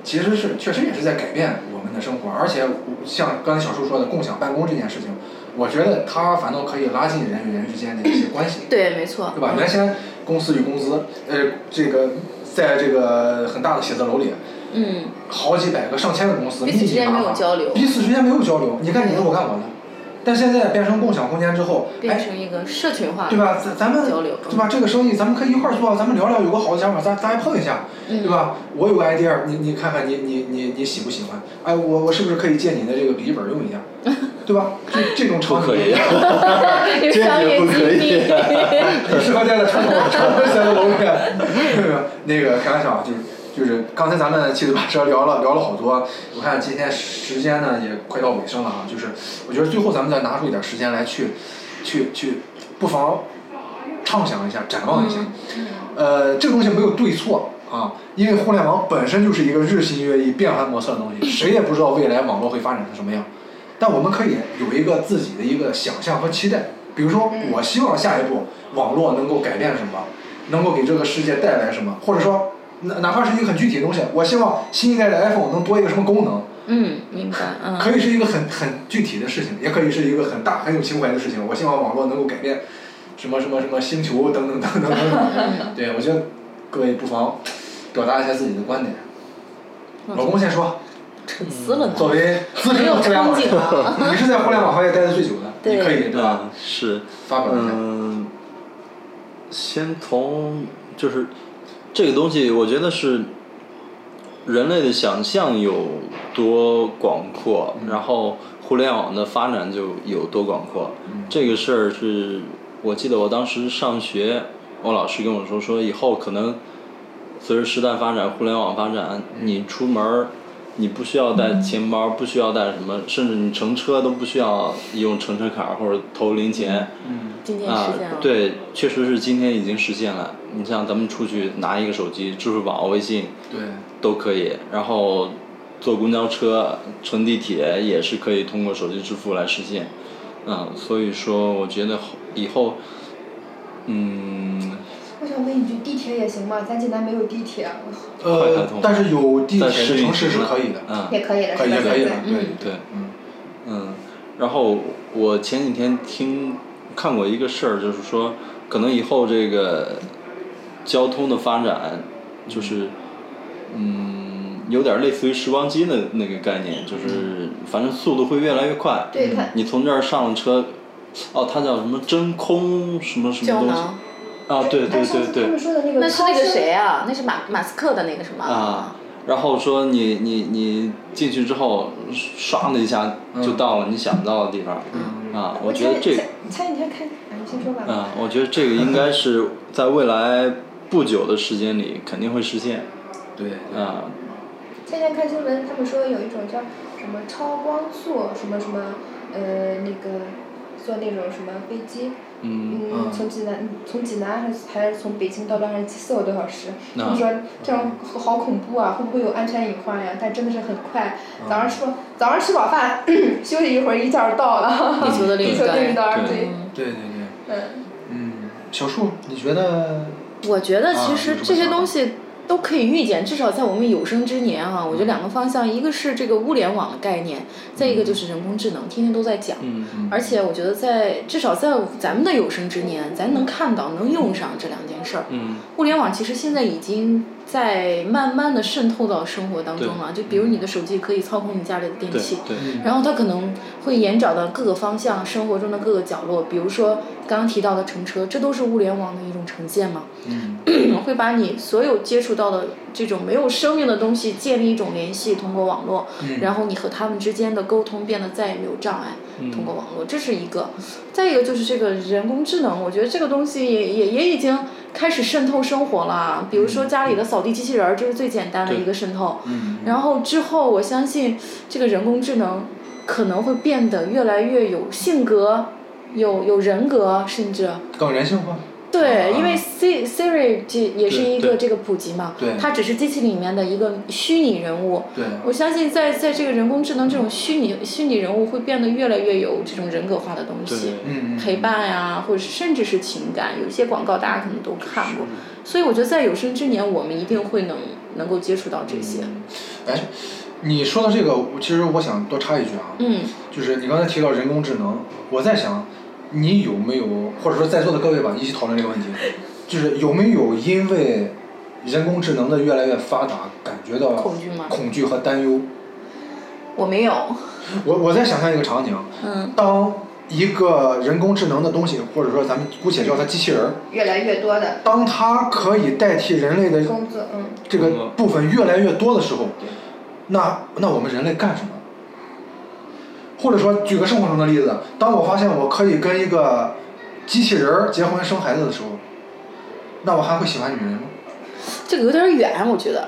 其实是确实也是在改变我们的生活，而且我像刚才小树说的共享办公这件事情，我觉得它反倒可以拉近人与人之间的一些关系，对，没错，对吧？原先公司与公司，呃，这个在这个很大的写字楼里，嗯，好几百个、上千个公司，彼此之间密密麻没有麻交流彼此之间没有交流，你干你的，我干我的。但现在变成共享空间之后，变哎，成一个社群化，对吧？咱咱们交流对吧？这个生意咱们可以一块儿做，咱们聊聊，有个好的想法，咱咱还碰一下，嗯对吧？我有个 idea，你你看看你你你你喜不喜欢？哎，我我是不是可以借你的这个笔记本 用一下？对吧？这这种不场景可以。啊 有 商坚决业不可机以密， 你适合待在传统传统写字楼里。那个开玩笑，啊，就是就是刚才咱们七嘴八舌聊了聊了好多，我看今天时间呢也快到尾声了啊，就是我觉得最后咱们再拿出一点时间来去去去，不妨畅想一下，展望一下。呃，这个东西没有对错啊，因为互联网本身就是一个日新月异、变幻莫测的东西，谁也不知道未来网络会发展成什么样。但我们可以有一个自己的一个想象和期待，比如说，我希望下一步网络能够改变什么，能够给这个世界带来什么，或者说，哪哪怕是一个很具体的东西，我希望新一代的 iPhone 能多一个什么功能，嗯，明白，嗯，可以是一个很很具体的事情，也可以是一个很大很有情怀的事情。我希望网络能够改变什么什么什么星球等等等等等等。 对，我觉得各位不妨表达一下自己的观点。老公先说，沉思嗯了呢，作为资没深有的互联憧网，憬啊， 你是在互联网行业待的最久的，对你可以对吧？嗯，是。发表一下。嗯，先从就是这个东西，我觉得是人类的想象有多广阔，嗯然后互联网的发展就有多广阔。嗯这个事儿是我记得我当时上学，我老师跟我说，说以后可能随着时代发展，互联网发嗯展，你出门儿，你不需要带钱包，不需要带什么，甚至你乘车都不需要用乘车卡或者投零钱。嗯今天啊实现了。，对，确实是今天已经实现了。你像咱们出去拿一个手机，支付宝、微信对，都可以，然后坐公交车、乘地铁也是可以通过手机支付来实现。嗯，所以说我觉得后以后，嗯，我想问一句，地铁也行吗？咱济南没有地铁，啊我快开呃通，但是有地在铁市城运市是行了可以的，嗯，也可以了，可是以吧？也可以的现在，对对，嗯嗯，然后我前几天听看过一个事儿，就是说，可能以后这个交通的发展，就是嗯，有点类似于时光机的那个概念，就是反正速度会越来越快。嗯对它你从这儿上了车，哦，它叫什么真空什么什么胶东西囊？啊，对哎上对对次他对们，说的那个那是那超个声谁啊？那是马马斯克的那个什么？啊，然后说你你你进去之后，唰的一下嗯就到了你想到的地方。啊，我觉得这。前前几天看，啊，你先说吧。啊，我觉得这个应该是在未来不久的时间里肯定会实现。对，啊，前几天看新闻，他们说有一种叫什么超光速，什么什么，呃，那个坐那种什么飞机，嗯，嗯从济南，嗯从济南还是还是从北京到洛杉矶四个多小时，那他们说这样好好恐怖啊，会不会有安全隐患呀？但真的是很啊快，早上吃饱早上吃饱饭， 休息一会儿，一觉到了。地球的另地一球嗯啊另一端。端，对对，对对对，嗯，嗯，小树，你觉得？我觉得啊其有实什么这些想法东西都可以预见，至少在我们有生之年嗯啊，我觉得两个方向，一个是这个物联网的概念，再一个就是人工智能，天天都在讲。嗯而且我觉得在至少在咱们的有生之年，咱能看到能用上这两件事儿。嗯物联网其实现在已经在慢慢的渗透到生活当中了，就比如你的手机可以操控你家里的嗯电对器，对，然后它可能会延展到各个方向，生活中的各个角落，比如说刚刚提到的乘车，这都是物联网的一种呈现嘛。嗯， 会把你所有接触到的这种没有生命的东西建立一种联系，通过网络，然后你和他们之间的沟通变得再也没有障碍，通过网络，这是一个。再一个就是这个人工智能，我觉得这个东西也也也已经开始渗透生活了。比如说家里的扫地机器人儿，这是最简单的一个渗透。嗯然后之后，我相信这个人工智能可能会变得越来越有性格，有有人格，甚至。更人性化。对，因为啊 Si Siri 这也是一对个这个普及嘛对，它只是机器里面的一个虚拟人物。对，嗯我相信在在这个人工智能这种虚拟虚拟人物会变得越来越有这种人格化的东对西，嗯嗯，陪伴呀、或者是甚至是情感，有一些广告大家可能都看过，所以我觉得在有生之年我们一定会能能够接触到这些。哎，你说到这个，我其实我想多插一句啊，嗯，就是你刚才提到人工智能，我在想，你有没有，或者说在座的各位吧，一起讨论这个 问题，就是有没有因为人工智能的越来越发达，感觉到恐惧吗恐惧和担忧。我没有，我我在想象一个场景，啊嗯，当一个人工智能的东西，或者说咱们姑且叫它机器人儿，越来越多的当它可以代替人类的工作，嗯，这个部分越来越多的时候，那那我们人类干什么？或者说，举个生活中的例子，当我发现我可以跟一个机器人儿结婚生孩子的时候，那我还会喜欢女人吗？这个有点远，我觉得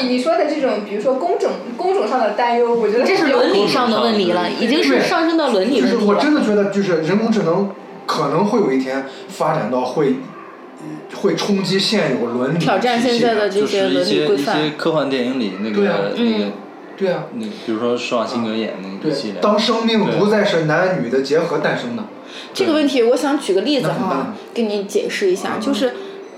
你你说的这种，比如说工种工种上的担忧，我觉得这是有伦理上的问题了，已经是上升到伦理就问是题我了。真的觉得，就是人工智能可能会有一天发展到会会冲击现有伦理挑战体系现在的这就些是一伦理些规一些范，嗯科幻电影里那对啊个那个对啊，那，比如说施瓦辛格演那对个系列，，当生命不再是男女的结合诞生的，这个问题，我想举个例子那很大哈，给你解释一下，就是，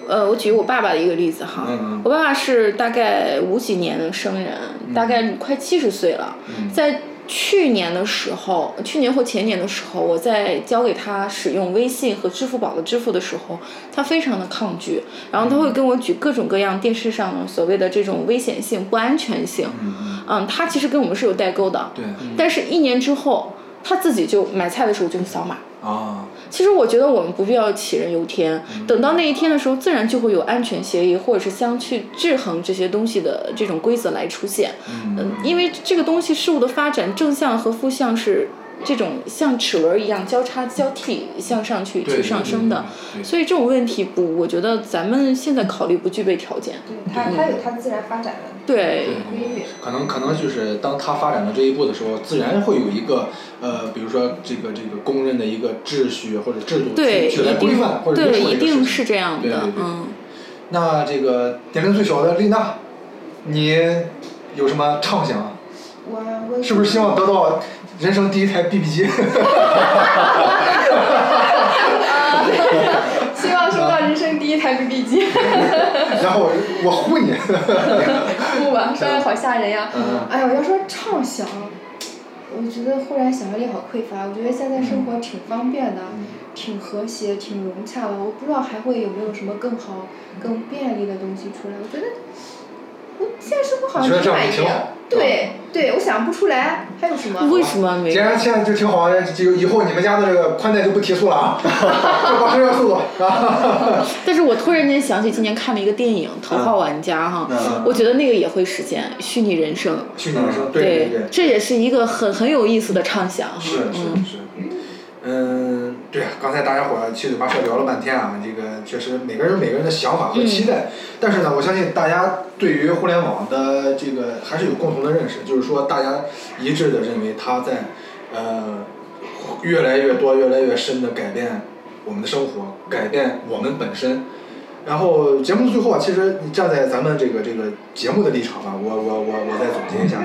呃，我举我爸爸的一个例子哈，嗯嗯嗯我爸爸是大概五几年的生人，大概快七十岁了，在去年的时候，去年或前年的时候，我在教给他使用微信和支付宝的支付的时候，他非常的抗拒，然后他嗯会跟我举各种各样电视上的所谓的这种危险性、不安全性，嗯，他其实跟我们是有代沟的，对但是一年之后，他自己就买菜的时候就会扫码。嗯啊，其实我觉得我们不必要杞人忧天，嗯等到那一天的时候，自然就会有安全协议或者是相去制衡这些东西的嗯呃嗯这种规则来出现。嗯，因为这个东西事物的发展，正向和负向是这种像齿轮一样交叉交替向上去对去上升的，，对对对对所以这种问题不，我觉得咱们现在考虑不具备条件。对它它有它自然发展的对，规律。可能可能就是当它发展到这一步的时候，自然会有一个呃，比如说这个这个公认的一个秩序或者制度对，去去来一规定范或者约对，束这一个定事是情。这样对对的对，对嗯。那这个年龄最小的丽娜，你有什么畅想啊？我我是不是希望得到人生第一台 BB 机？ 希望收到人生第一台 BB 机？然后我护你。不吧，说的好吓人呀！嗯哎呀，我要说畅想，我觉得忽然想象力好匮乏。我觉得现在生活挺方便的，嗯挺和谐，挺融洽的。我不知道还会有没有什么更好、更便利的东西出来。我觉得，我现在生活好你觉得这像挺样满意挺好的。对对，我想不出来还有什么。为什么 没既？然现在就挺好，就以后你们家的这个宽带就不提速了啊， 就保持这个速度啊。但是我突然间想起今年看了一个电影《头号玩家》哈，嗯我觉得那个也会实现虚拟人生。去年的时候，对对，这也是一个很很有意思的畅想哈。是是嗯，是，嗯，对，刚才大家伙儿七嘴八舌聊了半天啊，这个确实每个人有每个人的想嗯法和期待，但是呢，我相信大家对于互联网的这个还是有共同的认识，就是说大家一致的认为它在呃越来越多、越来越深的改变我们的生活，改变我们本身。然后节目的最后啊，其实你站在咱们这个这个节目的立场吧，我我我我再总结一下。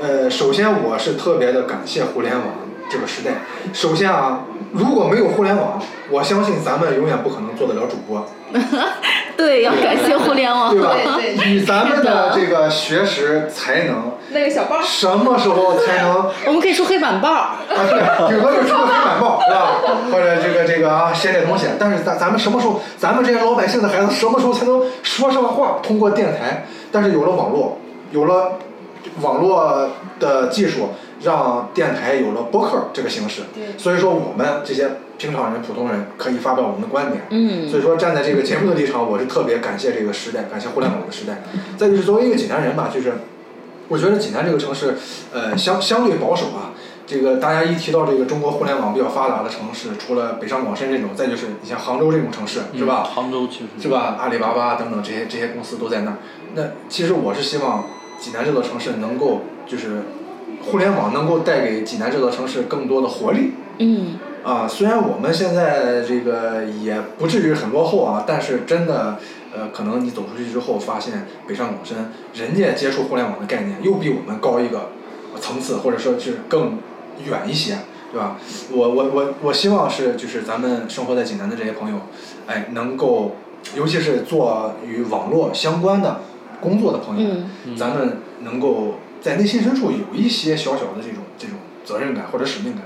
呃，首先我是特别的感谢互联网这个时代。首先啊，如果没有互联网，我相信咱们永远不可能做得了主播，对，要感谢互联网对。吧？对对以咱们是的的这个学识才能，那个小包儿，什么时候才能我们可以出黑板报儿，啊，对，顶多就出个黑板报，是吧？或者这个这个啊，写点东西。但是咱咱们什么时候，咱们这些老百姓的孩子，什么时候才能说上话？通过电台，但是有了网络，有了网络的技术，让电台有了播客这个形式。对所以说，我们这些平常人、普通人可以发表我们的观点。嗯所以说，站在这个节目的立场，我是特别感谢这个时代，感谢互联网的时代。再就是作为一个济南人吧，就是我觉得济南这个城市，呃，相相对保守啊。这个大家一提到这个中国互联网比较发达的城市，除了北上广深这种，再就是你像杭州这种城市，是吧？嗯杭州其实是？吧？阿里巴巴等等这些这些公司都在那儿。那其实我是希望济南这座城市能够就是互联网能够带给济南这座城市更多的活力。嗯，啊，虽然我们现在这个也不至于很落后啊，但是真的，呃，可能你走出去之后，发现北上广深人家接触互联网的概念又比我们高一个层次，或者说是更远一些，对吧？我我我我希望是就是咱们生活在济南的这些朋友，哎，能够，尤其是做与网络相关的工作的朋友，嗯咱们能够在内心深处有一些小小的这种这种责任感或者使命感，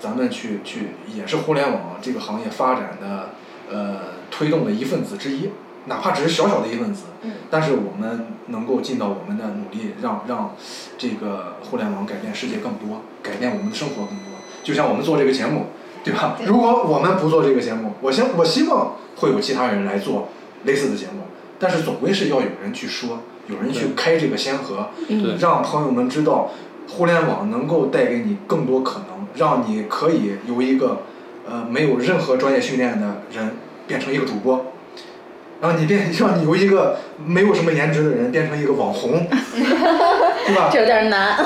咱们去去也是互联网这个行业发展的呃推动的一份子之一，哪怕只是小小的一份子，嗯但是我们能够尽到我们的努力，让让这个互联网改变世界更多，改变我们的生活更多。就像我们做这个节目，对吧？对如果我们不做这个节目，我希我希望会有其他人来做类似的节目，但是总归是要有人去说，有人去开这个先河，对让朋友们知道，互联网能够带给你更多可能，让你可以由一个呃没有任何专业训练的人变成一个主播，让你变 让你由一个没有什么颜值的人变成一个网红，对吧？ 这有点难。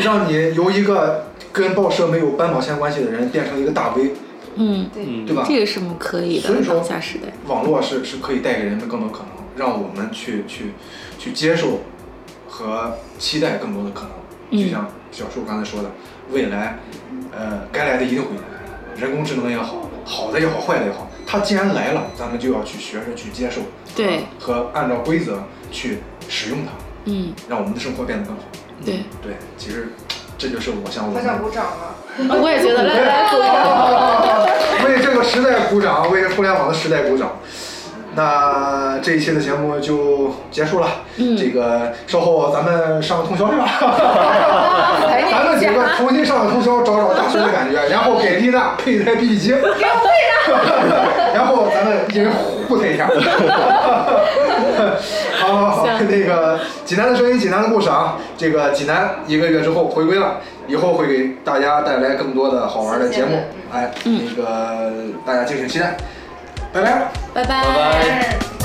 让你由一个跟报社没有半毛钱关系的人变成一个大 V，嗯，对，对吧？这个是我们可以所以的，说当下时代。网络是是可以带给人们更多可能，让我们去去去接受和期待更多的可能。嗯就像小树刚才说的，未来，呃，该来的一定会来，人工智能也好，好的也好，坏的也好，它既然来了，咱们就要去学着去接受，对，和按照规则去使用它，嗯，让我们的生活变得更好。对。对，其实这就是我想我好们想鼓掌啊！我也觉得，来来，鼓掌。 为这个时代鼓掌，为互联网的时代鼓掌。那这一期的节目就结束了。这个稍后咱们上个通宵是吧？哎呀 咱们几个重新上个通宵，找找大学的感觉，然后给丽娜配一台 BB 机，给我配上， 然后咱们一人互配一下。好好好，那个济南的声音，济南的故事啊，这个济南一个月之后回归了，以后会给大家带来更多的好玩的节目，哎，那个大家敬请期待，拜拜。拜拜拜拜嗯